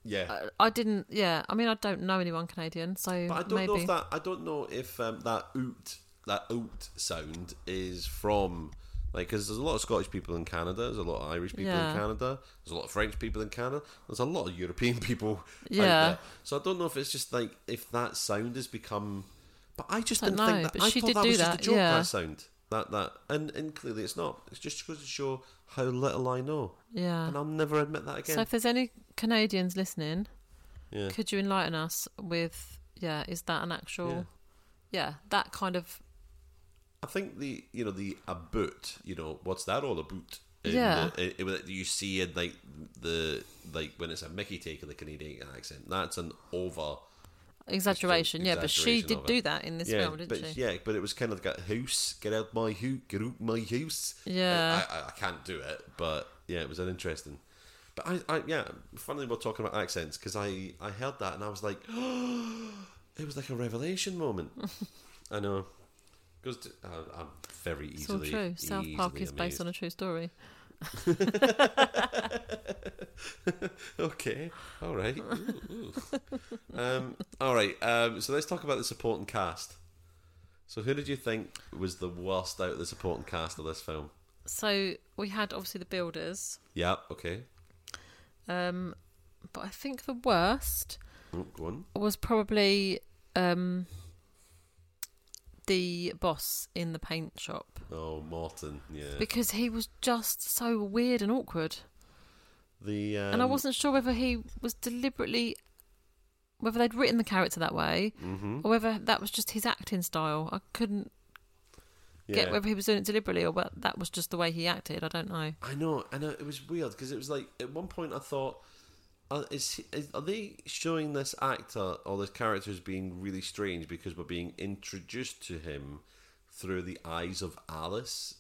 A: Yeah,
B: I- I didn't. Yeah, I mean, I don't know anyone Canadian, so
A: but I don't
B: maybe.
A: know if that. I don't know if um, that oot that oot sound is from like because there's a lot of Scottish people in Canada. There's a lot of Irish people
B: Yeah.
A: in Canada. There's a lot of French people in Canada. There's a lot of European <laughs> people. Out
B: Yeah.
A: there. So I don't know if it's just like if that sound has become. But I just
B: Don't
A: didn't
B: know,
A: think that.
B: but
A: I
B: she
A: thought
B: did
A: that
B: do
A: was just
B: that,
A: a joke.
B: yeah.
A: That sound. That that and and clearly it's not. It's just goes to show how little I know.
B: yeah.
A: And I'll never admit that again.
B: So if there's any Canadians listening,
A: yeah.
B: could you enlighten us with yeah, is that an actual
A: Yeah.
B: yeah, that kind of
A: I think the you know the about you know what's that all about? In
B: Yeah.
A: the- it- it- that you see in like the like when it's a Mickey take of the Canadian accent. That's an over.
B: exaggeration? Yeah, but she
A: exaggeration
B: did
A: of it.
B: do that in this
A: yeah,
B: film, didn't
A: but
B: she?
A: yeah, but it was kind of like a house. Get out my house. Get out my house.
B: Yeah.
A: I, I, I can't do it, but yeah, it was an interesting. But I, I yeah, finally we're talking about accents because I I heard that and I was like, <gasps> it was like a revelation
B: <laughs>
A: moment. I know. Because uh, I'm very
B: It's all
A: easily.
B: true. South Park
A: easily
B: is based on a true story.
A: Okay. All right. Ooh, ooh. um, all right. Um, so let's talk about the supporting cast. So who did you think was the worst out of the supporting cast of this film?
B: So we had obviously the builders,
A: Yeah. Okay.
B: um, but I think the worst
A: Oh, go on.
B: was probably um, the boss in the paint shop
A: Oh, Martin. Yeah.
B: because he was just so weird and awkward.
A: The um,
B: and I wasn't sure whether he was deliberately, whether they'd
A: mm-hmm.
B: written the character that way, or whether that was just his acting style. I couldn't get whether he was doing it deliberately or what that was just the way he acted. I don't know.
A: I know, I know. It was weird because it was like at one point I thought, uh, is, he- is are they showing this actor or this character as being really strange because we're being introduced to him through the eyes of Alice,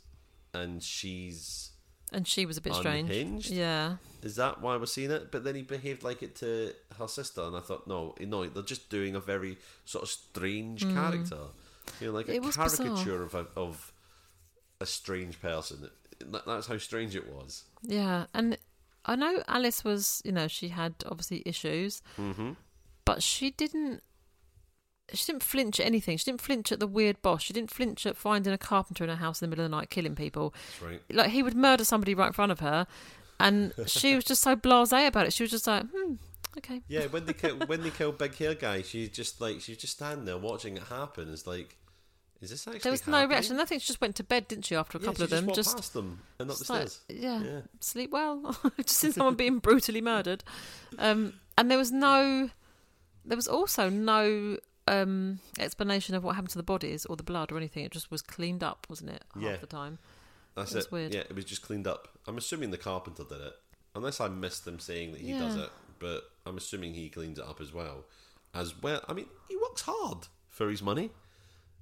A: and she's
B: And she was a bit strange.
A: Unhinged?
B: Yeah.
A: is that why we're seeing it? But then he behaved like it to her sister, and I thought, no, no, they're just doing a very sort of strange character, you know, like a
B: Hmm. It was
A: caricature
B: bizarre.
A: of a, of a strange person. That- That's how strange it was.
B: Yeah, and I know Alice was, you know, she had obviously issues, mm-hmm. but she didn't. She didn't flinch at anything. She didn't flinch at the weird boss. She didn't flinch at finding a carpenter in a house in the middle of the night killing people.
A: That's right.
B: Like he would murder somebody right in front of her, and she was just so blasé about it. She was just like, hmm, okay,
A: Yeah, when they kill, when they kill big hair guy, she's just like she's just standing there watching it happen. It's like, is this actually?
B: There was no
A: happening?
B: reaction. I think she just went to bed, didn't she? After a
A: Yeah,
B: couple
A: she
B: of them,
A: walked
B: just,
A: past them and up the
B: just like,
A: stairs.
B: yeah,
A: Yeah.
B: sleep well. <laughs>
A: <laughs>
B: just seen someone being brutally murdered, um, and there was no, there was also no um, explanation of what happened to the bodies or the blood or anything. It just was cleaned up, wasn't it? Half
A: Yeah.
B: the time.
A: That's
B: It was
A: it.
B: weird.
A: Yeah, it was just cleaned up. I'm assuming the carpenter did it, unless I missed them saying that he does
B: Yeah.
A: it. But I'm assuming he cleans it up as well. As well, I mean, he works hard for his money.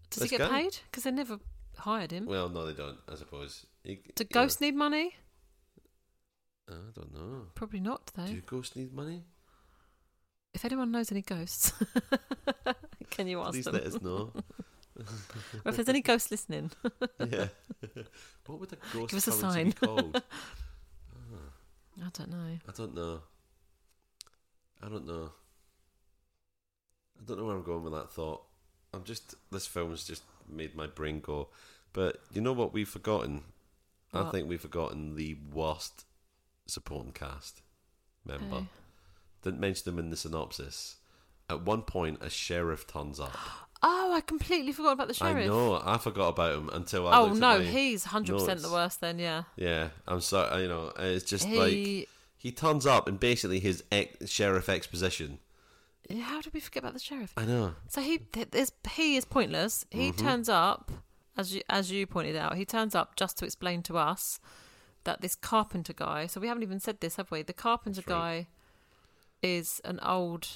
B: Does
A: This
B: he get
A: guy?
B: paid? Because they never hired him.
A: Well, no, they don't. I suppose. He,
B: Do
A: you know,
B: ghosts need money?
A: I don't know.
B: Probably not, though.
A: Do ghosts need money?
B: If anyone knows any ghosts, <laughs> can you ask
A: Please
B: them?
A: let us
B: <laughs>
A: know.
B: Or if there's any ghosts listening,
A: yeah. <laughs> what would a ghost
B: Give us a
A: currency be
B: sign. <laughs>
A: called? Ah,
B: I don't know.
A: I don't know. I don't know. I don't know where I'm going with that thought. I'm just this film's just made my brain go. But you know what we've forgotten? I
B: What?
A: think we've forgotten the worst supporting cast member.
B: Oh.
A: Didn't mention them in the synopsis. At one point, a sheriff turns up.
B: Oh, I completely forgot about the sheriff.
A: I know. I forgot about him until I.
B: Oh
A: looked at
B: no,
A: my-
B: he's hundred percent the
A: notes.
B: worst. Then yeah,
A: Yeah, I'm sorry. You know, it's just like
B: he.
A: he turns up and basically his ex- sheriff exposition.
B: yeah, How did we forget about the sheriff?
A: I know.
B: So he th- is he is pointless. He
A: Mm-hmm.
B: turns up as you as you pointed out. He turns up just to explain to us that this carpenter guy. So we haven't even said this, have we? The carpenter
A: That's right.
B: guy is an old,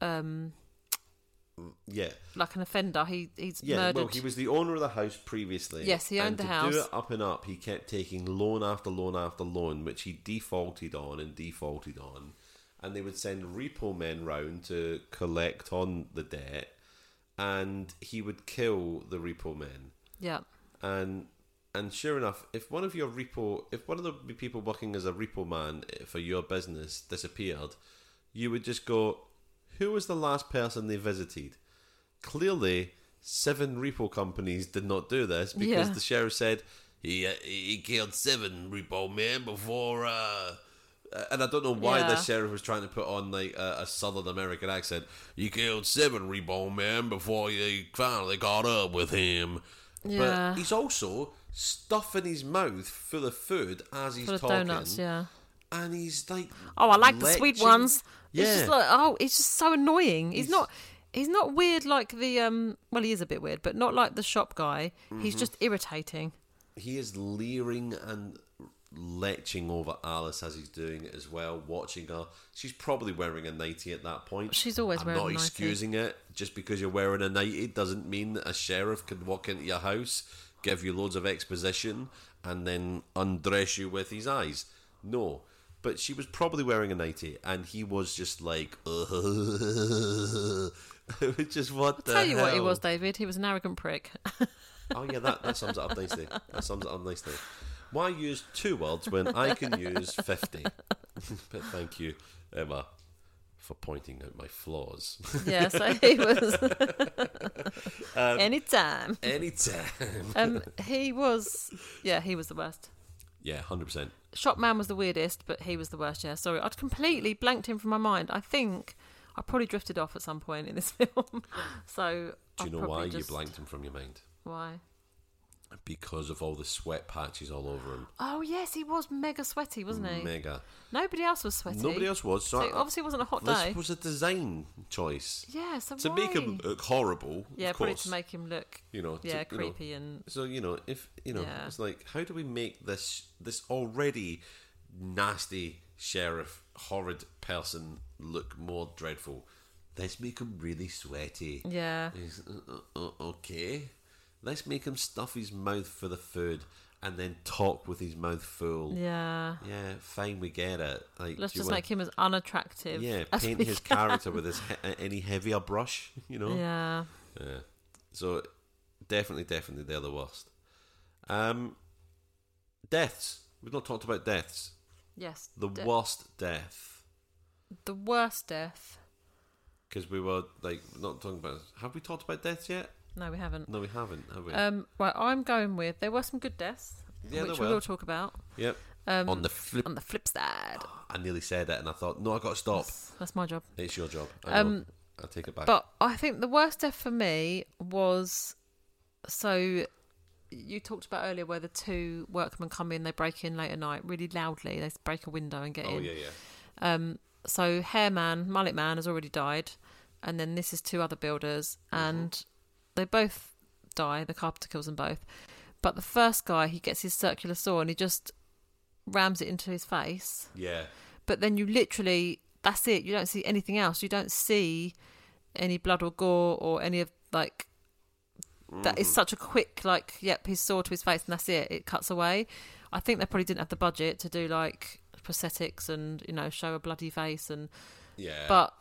B: um,
A: Yeah.
B: like an offender. He he's
A: Yeah,
B: murdered.
A: well, he was the owner of the house previously.
B: Yes, he
A: and
B: owned the
A: to
B: house.
A: Do it up and up. He kept taking loan after loan after loan, which he defaulted on and defaulted on, and they would send repo men round to collect on the debt, and he would kill the repo men.
B: yeah,
A: and and sure enough, if one of your repo, if one of the people working as a repo man for your business disappeared, you would just go, who was the last person they visited? Clearly, seven repo companies did not do this because
B: Yeah.
A: the sheriff said he uh, he killed seven repo men before. Uh, and I don't know why
B: Yeah.
A: the sheriff was trying to put on like a, a southern American accent. You killed seven repo men before you finally caught up with him.
B: Yeah.
A: But he's also stuffing his mouth full of food as he's
B: full of
A: talking,
B: donuts. Yeah.
A: and he's like,
B: Oh, I like the sweet
A: leching-
B: ones.
A: Yeah,
B: It's just like oh, it's just so annoying. He's, not he's not weird like the um well he is a bit weird, but not like the shop guy. He's
A: Mm-hmm.
B: just irritating.
A: he is leering and leching over Alice as he's doing it as well, watching her. She's probably wearing a nightie at that point.
B: She's always
A: I'm
B: wearing
A: not
B: a nightie.
A: excusing it. Just because you're wearing a nightie doesn't mean that a sheriff could walk into your house, give you loads of exposition, and then undress you with his eyes. No. But she was probably wearing a nightie, and he was just like, <laughs> it was just what the
B: Tell you what he
A: hell?
B: was, David. He was an
A: <laughs>
B: arrogant prick.
A: Oh yeah, that, that sums it up nicely. That sums it up nicely. Why use two words when I can use fifty? <laughs> but thank you, Emma, for pointing out my flaws. <laughs>
B: yeah, so he was
A: Um, <laughs>
B: anytime.
A: Anytime.
B: Um he was yeah, he was the worst.
A: Yeah, hundred percent.
B: Shopman was the weirdest, but he was the worst, yeah. Sorry. I'd completely blanked him from my mind. I think I probably drifted off at some point in this <laughs> film. so
A: Do you
B: I
A: know
B: probably
A: why
B: just-
A: you blanked him from your mind?
B: Why?
A: because of all the sweat patches all over him.
B: Oh yes, he was mega sweaty, wasn't he?
A: Mega.
B: Nobody else was sweaty.
A: Nobody else was. So,
B: So
A: I-
B: it obviously wasn't a hot
A: this
B: day.
A: was a design choice
B: Yeah. So
A: to
B: why?
A: make him look horrible.
B: yeah,
A: of
B: probably
A: course.
B: to make him look
A: you know,
B: yeah
A: to, you know,
B: creepy and
A: So you know, if you know,
B: Yeah.
A: it's like, how do we make this this already nasty sheriff, horrid person look more dreadful? Let's make him really sweaty.
B: yeah.
A: He's, uh, uh, uh, okay, let's make him stuff his mouth for the food and then talk with his mouth full. Yeah,
B: Yeah.
A: fine, we get it. Like,
B: Let's
A: do you
B: just
A: want-
B: make him as unattractive.
A: yeah,
B: <laughs> as
A: paint
B: we
A: his
B: can.
A: character with his he- any heavier brush. <laughs> You know.
B: Yeah.
A: Yeah. So definitely, definitely they're the worst. Um Deaths. We've not talked about deaths.
B: Yes.
A: The
B: de-
A: worst death.
B: the worst death.
A: Because we were like not talking about have we talked about deaths yet?
B: No, we haven't.
A: No we haven't, have we?
B: Um, right, I'm going with there were some good deaths,
A: Yeah,
B: which
A: there
B: we
A: were.
B: will talk about.
A: yep.
B: Um,
A: On the flip
B: on the flip side,
A: I nearly said it and I thought, no, I gotta stop.
B: that's, that's my job.
A: It's your job. I know.
B: Um,
A: I'll take it back.
B: But I think the worst death for me was so you talked about earlier where the two workmen come in, they break in late at night really loudly, they break a window and get
A: oh
B: in.
A: yeah, yeah.
B: Um, so Hair Man, Mullet Man has already died, and then this is two other builders,
A: Mm-hmm.
B: and they both die. The carpenter kills them both, but the first guy he gets his circular saw and he just rams it into his face.
A: Yeah.
B: But then you literally that's it. You don't see anything else. You don't see any blood or gore or any of like. That is such a quick, like, yep, his saw to his face, and that's it. It cuts away. I think they probably didn't have the budget to do like prosthetics and you know show a bloody face and
A: Yeah.
B: but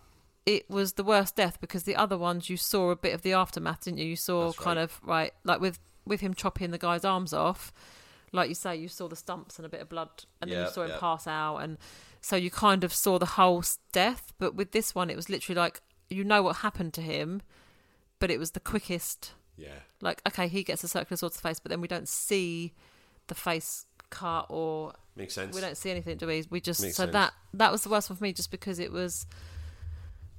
B: it was the worst death because the other ones you saw a bit of the aftermath, didn't you? You saw
A: That's
B: kind
A: right.
B: of right, like with with him chopping the guy's arms off, like you say, you saw the stumps and a bit of blood, and then you
A: Yep,
B: saw him
A: yep.
B: pass out, and so you kind of saw the whole s- death. But with this one, it was literally like you know what happened to him, but it was the quickest.
A: yeah.
B: Like okay, he gets a circular sword to the face, but then we don't see the face cut or
A: Makes sense.
B: we don't see anything, do we? We just
A: Makes
B: so
A: sense.
B: that that was the worst one for me, just because it was.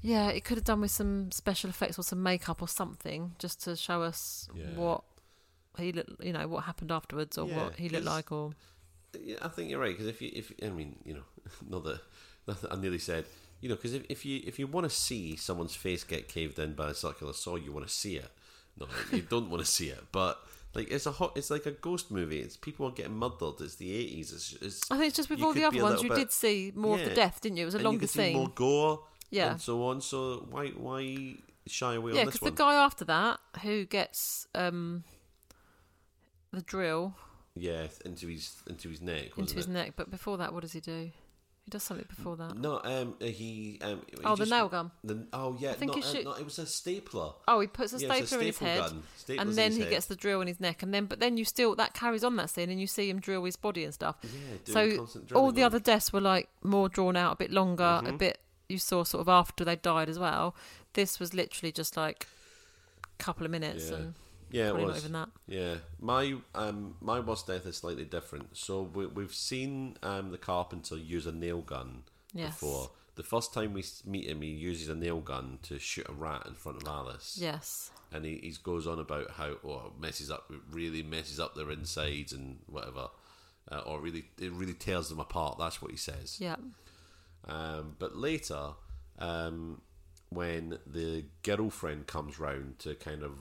B: Yeah, it could have done with some special effects or some makeup or something, just to show us
A: Yeah.
B: what he looked, you know, what happened afterwards or
A: Yeah,
B: what he looked
A: 'cause-
B: like, or
A: Yeah, I think you're right because if you if I mean you know <laughs> not that, not that I nearly said you know because if, if you if you want to see someone's face get caved in by a circular saw you want to see it no you don't want to see it but like it's a hot it's like a ghost movie it's people are getting murdered it's the eighties it's, it's
B: I think Oh, it's just with
A: you
B: all the
A: could be
B: other
A: a
B: ones,
A: little
B: you
A: bit-
B: did see more of
A: Yeah.
B: the death, didn't you? It was a
A: and you
B: longer
A: can see more
B: scene.
A: gore
B: Yeah.
A: and so on so why why shy away
B: Yeah,
A: on this
B: because the
A: one
B: guy after that who gets um the drill
A: yeah into his into his neck
B: into
A: wasn't
B: his
A: it?
B: neck, but before that, what does he do? He does something before that.
A: no um he um he
B: oh,
A: just-
B: the nail gun.
A: the, oh yeah
B: think
A: not,
B: he
A: uh,
B: shoot-
A: not- it was a stapler.
B: Oh, he puts a,
A: Yeah,
B: stapler,
A: it's
B: in his
A: staple
B: head.
A: gun. Staples in
B: and then
A: his
B: he
A: head.
B: gets the drill in his neck, and then but then you still that carries on that scene, and you see him drill his body and stuff.
A: Yeah, doing
B: so
A: constant
B: all
A: drilling Mm-hmm.
B: the
A: on
B: other deaths were like more drawn out, a bit longer, a bit you saw sort of after they died as well. This was literally just like a couple of minutes,
A: Yeah.
B: and
A: Yeah, it
B: probably not
A: was.
B: even that.
A: Yeah, my um, my worst death is slightly different. So we, we've seen um, the carpenter use a nail gun
B: Yes.
A: before. The first time we s- meet him, he uses a nail gun to shoot a rat in front of Alice,
B: Yes,
A: and he, he goes on about how oh, it messes up, it really messes up their insides and whatever, uh, or really it really tears them apart. That's what he says.
B: yeah,
A: Um, but later, um, when the girlfriend comes round to kind of,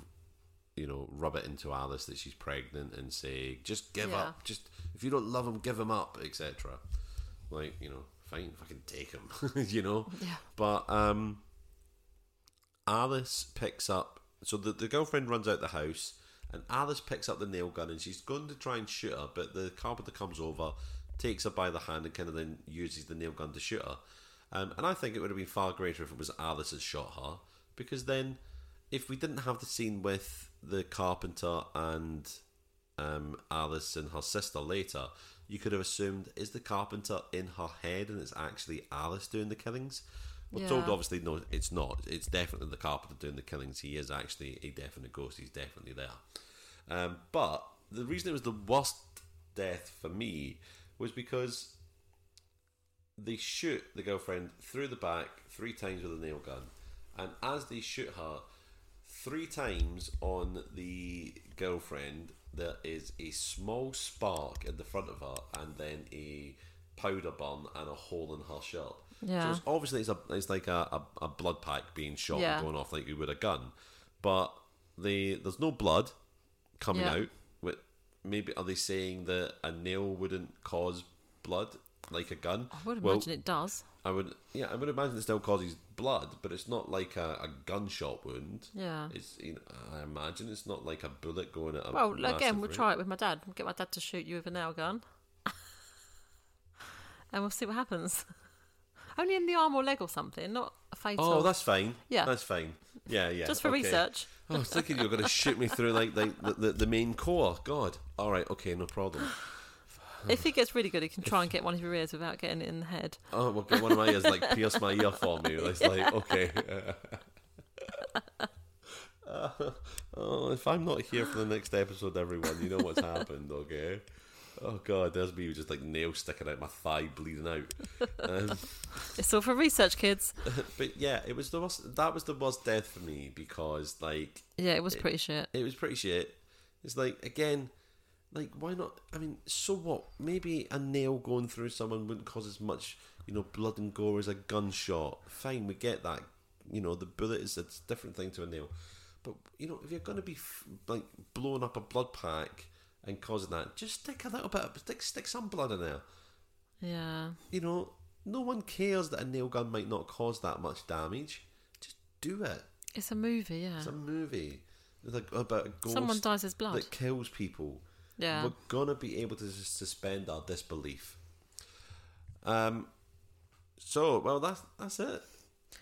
A: you know, rub it into Alice that she's pregnant and say, just give
B: Yeah.
A: up. Just if you don't love him, give him up, etc. Like you know, fine, fucking take him. <laughs> you know.
B: Yeah.
A: But um, Alice picks up. So the the girlfriend runs out the house. And Alice picks up the nail gun and she's going to try and shoot her, but the carpenter comes over, takes her by the hand, and kind of then uses the nail gun to shoot her. Um, and I think it would have been far greater if it was Alice that shot her, because then if we didn't have the scene with the carpenter and um, Alice and her sister later, you could have assumed is the carpenter in her head and it's actually Alice doing the killings. We're told
B: Yeah.
A: obviously no, it's not. It's definitely the carpenter doing the killings. He is actually a definite ghost. He's definitely there. Um, but the reason it was the worst death for me was because they shoot the girlfriend through the back three times with a nail gun, and as they shoot her three times on the girlfriend, there is a small spark in the front of her, and then a powder burn and a hole in her shirt. So
B: Yeah.
A: it's obviously it's a it's like a, a, a blood pack being shot
B: Yeah.
A: and going off like you would a gun, but they there's no blood coming
B: Yeah.
A: out. With maybe are they saying that a nail wouldn't cause blood like a gun?
B: I would
A: Well,
B: imagine it does.
A: I would, yeah, I would imagine it still causes blood, but it's not like a, a gunshot wound.
B: Yeah.
A: It's, you know, I imagine it's not like a bullet going at a.
B: Well,
A: massive
B: again, we'll
A: rate.
B: try it with my dad. Get my dad to shoot you with a nail gun, <laughs> and we'll see what happens. <laughs> Only in the arm or leg or something, not a fatal.
A: Oh, that's fine.
B: Yeah.
A: that's fine. Yeah, yeah.
B: just for
A: okay.
B: research.
A: Oh, I was thinking you were going to shoot me through like the, the, the, the main core. God. All right. Okay. No problem.
B: If he gets really good, he can try and get one of your ears without getting it in the head.
A: Oh, well, get one of my ears like pierce my ear for me. It's like okay. <laughs> Uh, oh, if I'm not here for the next episode, everyone, you know what's happened, okay? Oh God, there's me with just like nails sticking out my thigh, bleeding out. Um,
B: It's all for research, kids.
A: but yeah, it was the worst. That was the worst death for me because like
B: Yeah, it was pretty shit.
A: it was pretty shit. It's like again, like why not? I mean, so what? Maybe a nail going through someone wouldn't cause as much, you know, blood and gore as a gunshot. Fine, we get that. You know, the bullet is a different thing to a nail. But you know, if you're going to be f- like blowing up a blood pack and causing that, just stick a little bit, of, stick stick some blood in there.
B: Yeah,
A: You know, no one cares that a nail gun might not cause that much damage. Just do it.
B: it's a movie. Yeah,
A: It's a movie. It's like about a ghost
B: someone dyes his blood.
A: that kills people.
B: yeah,
A: We're gonna be able to s- suspend our disbelief. Um. So well, that's that's it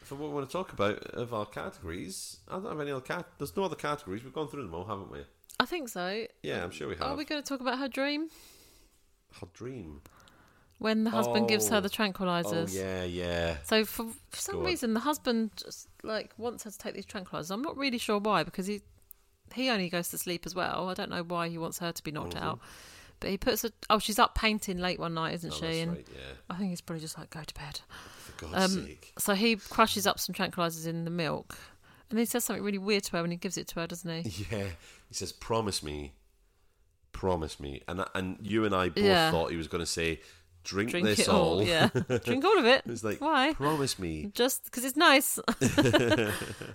A: for what we want to talk about of our categories. I don't have any other cat. There's no other categories. We've gone through them all, haven't we?
B: I think so.
A: Yeah, I'm sure we have.
B: Are Oh, we going to talk about her dream
A: Her dream.
B: when the husband gives
A: Oh.
B: her the tranquilizers?
A: Oh yeah, yeah.
B: So for, for some
A: Go on.
B: reason, the husband just like wants her to take these tranquilizers. I'm not really sure why, because he he only goes to sleep as well. I don't know why he wants her to be knocked
A: Mm-hmm.
B: out, but he puts a oh she's up painting late one night, isn't
A: Oh,
B: she?
A: that's
B: And
A: right. Yeah.
B: I think he's probably just like go to bed.
A: For God's
B: um,
A: sake. <laughs>
B: So he crushes up some tranquilizers in the milk, and he says something really weird to her when he gives it to her, doesn't he?
A: Yeah. He says, "Promise me, promise me," and I- and you and I both
B: Yeah.
A: thought he was going to say, "Drink,
B: Drink
A: this
B: it
A: <laughs>
B: all,
A: all."
B: yeah. Drink all of it.
A: It's like,
B: why?
A: Promise me.
B: Just because
A: <laughs>
B: it's nice. <laughs>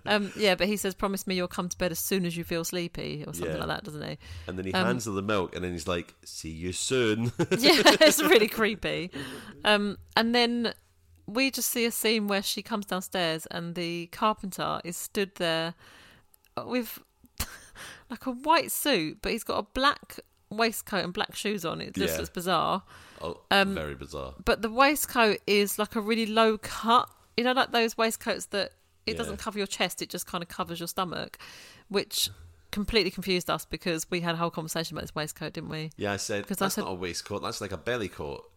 B: um, yeah, but he says, "Promise me you'll come to bed as soon as you feel sleepy," or something
A: Yeah.
B: like that, doesn't he?
A: And then he
B: Um,
A: hands her the milk, and then he's like, "See you soon." <laughs>
B: yeah, it's really creepy. Um, and then we just see a scene where she comes downstairs and the carpenter is stood there with <laughs> like a white suit, but he's got a black waistcoat and black shoes on. It just
A: Yeah.
B: looks bizarre.
A: oh,
B: Um,
A: very bizarre.
B: But the waistcoat is like a really low cut. You know, like those waistcoats that it
A: Yeah.
B: doesn't cover your chest; it just kind of covers your stomach, which completely confused us because we had a whole conversation about this waistcoat, didn't we?
A: Yeah, I said
B: Because
A: that's
B: I said-
A: not a waistcoat. That's like a belly coat.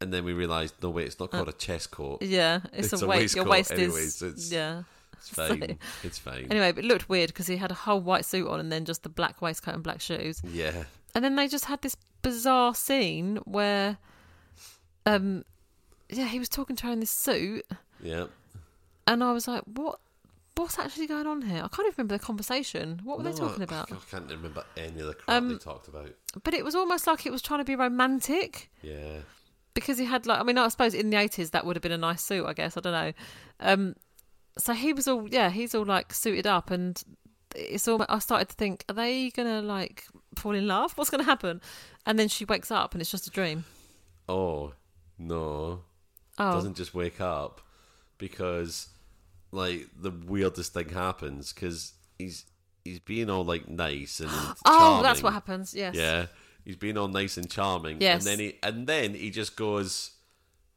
A: And then we realised, no wait, it's not called a chest coat.
B: Yeah, Uh, it's,
A: It's
B: a,
A: a
B: waist. Your waist
A: waistcoat
B: is
A: anyway, so it's-
B: yeah. <laughs>
A: It's fine. It's fine.
B: Anyway, but it looked weird because he had a whole white suit on and then just the black waistcoat and black shoes.
A: Yeah,
B: And then they just had this bizarre scene where, um, yeah, he was talking to her in this suit,
A: yeah.
B: and I was like, what? What's actually going on here? I can't even remember the conversation. What were
A: No,
B: they talking
A: I-
B: about? Um,
A: I can't remember any of the crap they talked about.
B: But it was almost like it was trying to be romantic
A: Yeah,
B: because he had like I mean I suppose in the eighties that would have been a nice suit I guess I don't know. Um, so he was all yeah he's all like suited up and it's all I started to think are they gonna like fall in love? What's gonna happen? And then she wakes up and it's just a dream.
A: Oh no!
B: Oh.
A: Doesn't just wake up because like the weirdest thing happens because he's he's being all like nice and charming.
B: <gasps> Oh, that's what happens. Yes.
A: Yeah, he's being all nice and charming.
B: Yes.
A: and then he and then he just goes,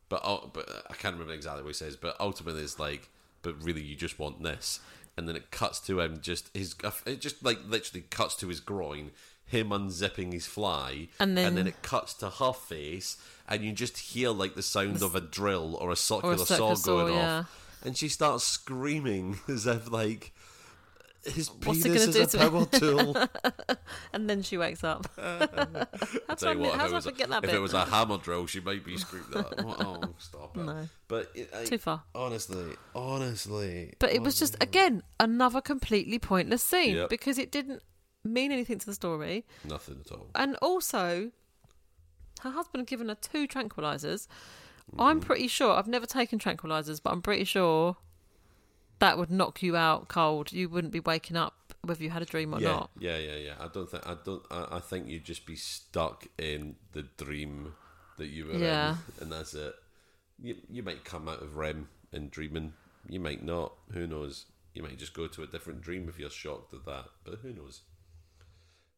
A: but oh, but I can't remember exactly what he says. But ultimately, it's like, but really, you just want this. And then it cuts to him just his it just like literally cuts to his groin, him unzipping his fly,
B: And then-
A: and then it cuts to her face, and you just hear like the sound of a drill or a circular, saw
B: circular saw,
A: going
B: yeah.
A: off, and she starts screaming <laughs> as if like. His
B: What's it
A: penis
B: gonna
A: is a
B: do to me? <laughs>
A: power tool.
B: And then she wakes up.
A: I'll tell you
B: I mi-
A: what, if,
B: how did I
A: it was,
B: forget that
A: if
B: bit?
A: it was a hammer drill, she might be screamed at.
B: <laughs>
A: Oh, oh, stop it.
B: No.
A: But it, I,
B: Too far.
A: Honestly, honestly.
B: But it was just again another completely pointless scene
A: Oh, Yep.
B: because it didn't mean anything to the story.
A: Nothing at all.
B: And also, her husband had given her two tranquilizers. I'm
A: Mm-hmm.
B: pretty sure I've never taken tranquilizers, but I'm pretty sure that would knock you out cold. You wouldn't be waking up whether you had a dream Oh, or
A: yeah,
B: not.
A: yeah, yeah, yeah. I don't think I don't. I, I think you'd just be stuck in the dream that you were
B: Yeah.
A: in, and that's it. You you might come out of REM and dreaming. You might not. Who knows? You might just go to a different dream if you're shocked at that. But who knows?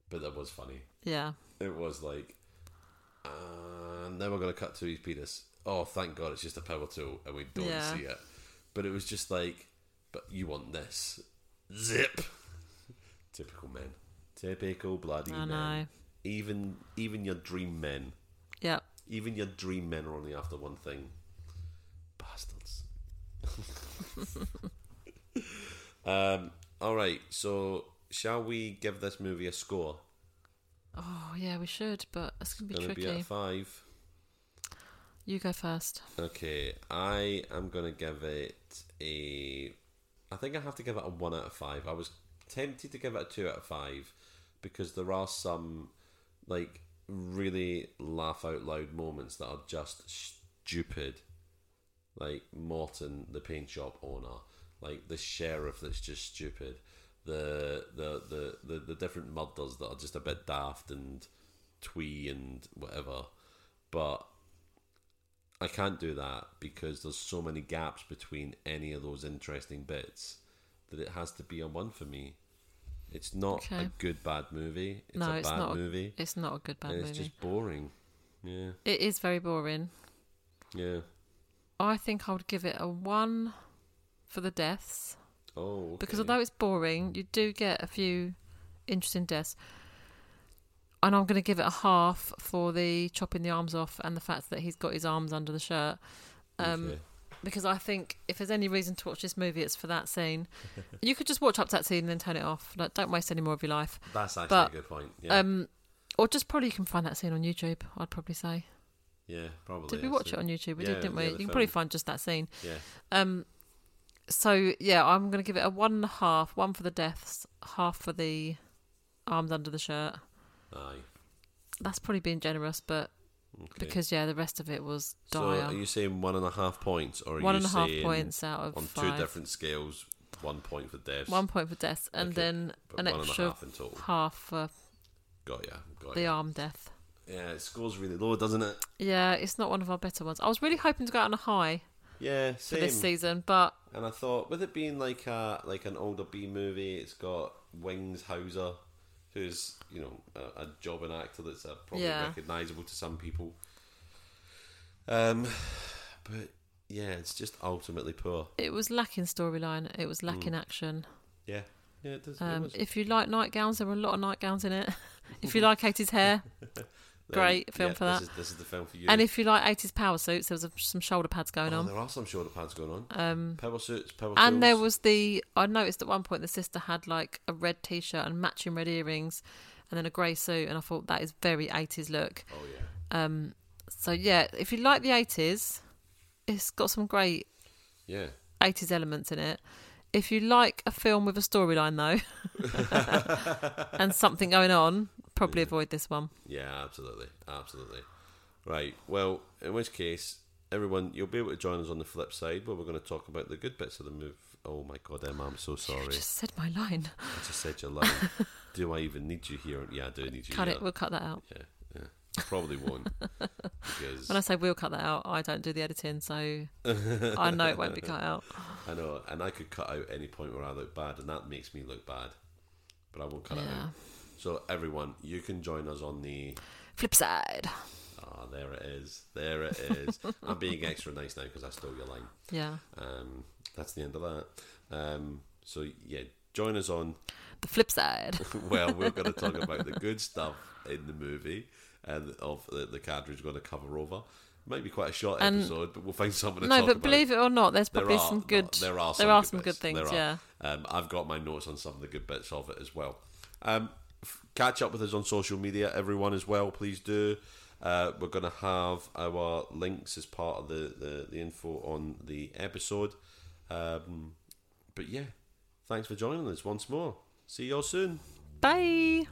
A: But that was funny.
B: Yeah.
A: It was like, uh, now we're going to cut to his penis. Oh, thank God, it's just a power tool, and we don't
B: Yeah.
A: see it. But it was just like, but you want this? Zip. Typical men. Typical bloody
B: I
A: men.
B: know.
A: Even even your dream men,
B: Yeah.
A: even your dream men are only after one thing. Bastards. <laughs> um. All right. So, shall we give this movie a score?
B: Oh, yeah, we should, but it's going to be
A: Gonna be at
B: tricky.
A: a five.
B: you go first.
A: Okay, I am gonna give it a. I think I have to give it a one out of five. I was tempted to give it a two out of five because there are some like really laugh out loud moments that are just stupid. Like Morton, the paint shop owner, like the sheriff that's just stupid, the the the the, the different murders that are just a bit daft and twee and whatever, but. I can't do that because there's so many gaps between any of those interesting bits that it has to be a one for me. It's not a
B: Okay.
A: good bad movie. It's
B: no,
A: a
B: it's
A: bad
B: not.
A: movie.
B: It's not a good bad
A: and
B: movie.
A: it's just boring. Yeah,
B: It is very boring.
A: yeah.
B: I think I would give it a one for the deaths
A: Oh, okay.
B: because although it's boring, you do get a few interesting deaths. And I'm going to give it a half for the chopping the arms off and the fact that he's got his arms under the shirt. Um,
A: Okay.
B: Because I think if there's any reason to watch this movie, it's for
A: <laughs>
B: that scene. you could just watch up to that scene and then turn it off. Like, don't waste any more of your life.
A: that's actually
B: but,
A: a good point. Yeah,
B: Um, or just probably you can find that scene on YouTube, I'd probably say.
A: Oh, yeah, probably.
B: Did we watch it
A: actually.
B: on YouTube? We
A: Yeah,
B: did, didn't we?
A: yeah,
B: You
A: the
B: can probably
A: film.
B: find just that scene.
A: Yeah,
B: Um, so yeah, I'm gonna give it a one and a half. One for the deaths, half for the arms under the shirt.
A: aye.
B: That's probably being generous, but
A: Okay.
B: because yeah, the rest of it was
A: so,
B: dire.
A: are you saying one and a half points, or are
B: one
A: you
B: and a half
A: saying
B: points out of
A: on
B: five.
A: two different scales? One point for devs,
B: One point for deaths, and
A: Okay,
B: then
A: but
B: an
A: one and a
B: extra
A: half in total.
B: half for
A: Got ya, got
B: the
A: ya.
B: arm death.
A: Yeah, it scores really low, doesn't it?
B: Yeah, it's not one of our better ones. I was really hoping to go out on a high
A: Yeah,
B: for
A: same.
B: this season, but
A: And I thought, with it being like a like an older B movie, it's got Wings Hauser, who's you know a, a jobbing actor that's uh, probably
B: Yeah.
A: recognisable to some people. Um, but yeah, it's just ultimately poor.
B: it was lacking storyline. It was lacking action.
A: Yeah, yeah, Mm. it does. it
B: Um,
A: was.
B: if you like nightgowns, there were a lot of nightgowns in it. <laughs>
A: <laughs>
B: if you like 80s hair, great film for
A: this
B: that.
A: is- this is the film for you.
B: and if you like 80s power suits, there was a, some shoulder pads going
A: oh,
B: on.
A: there are some shoulder pads going on,
B: Um,
A: power suits, power
B: and there
A: tools.
B: was the. I noticed at one point the sister had like a red t shirt and matching red earrings and then a grey suit. And I thought that is very 80s look.
A: Oh yeah.
B: Um, so, yeah, if you like the 80s, it's got some great
A: Yeah,
B: 80s elements in it. If you like a film with a storyline, though, <laughs> and something going on, probably avoid this one.
A: yeah, absolutely, absolutely. Right. Well, in which case, everyone, you'll be able to join us on the flip side where we're going to talk about the good bits of the move. Oh my God, Emma, I'm so sorry.
B: I just said my line.
A: I just said your
B: <laughs>
A: line. do I even need you here? Yeah, I do need you.
B: Cut
A: here.
B: it. We'll cut that out.
A: Yeah, yeah. Probably won't because
B: When I say we'll cut that out, I don't do the
A: <laughs>
B: editing, so I know it won't be cut out.
A: I know, and I could cut out any point where I look bad, and that makes me look bad. But I won't cut it
B: Yeah.
A: out. So everyone, you can join us on the.
B: Flip side.
A: Ah, there it is. There it
B: <laughs>
A: is. I'm being extra nice now because I stole your line.
B: Yeah.
A: Um, that's the end of that. Um, so yeah, join us on. <laughs>
B: The flip side.
A: well, we're going to talk about the good stuff in the movie and of the, the cadre is going to cover over. Might be quite a short
B: And-
A: episode, but we'll find something to
B: no,
A: talk
B: but
A: about.
B: believe it or not, there's
A: there
B: probably
A: are
B: some
A: no,
B: good.
A: there are some
B: there are
A: good
B: some
A: bits.
B: good things.
A: There are.
B: yeah.
A: Um, I've got my notes on some of the good bits of it as well. Um, f- catch up with us on social media, everyone as well. Please do. Uh, we're going to have our links as part of the, the, the info on the episode. Um, but yeah, thanks for joining us once more. See you all soon.
B: Bye.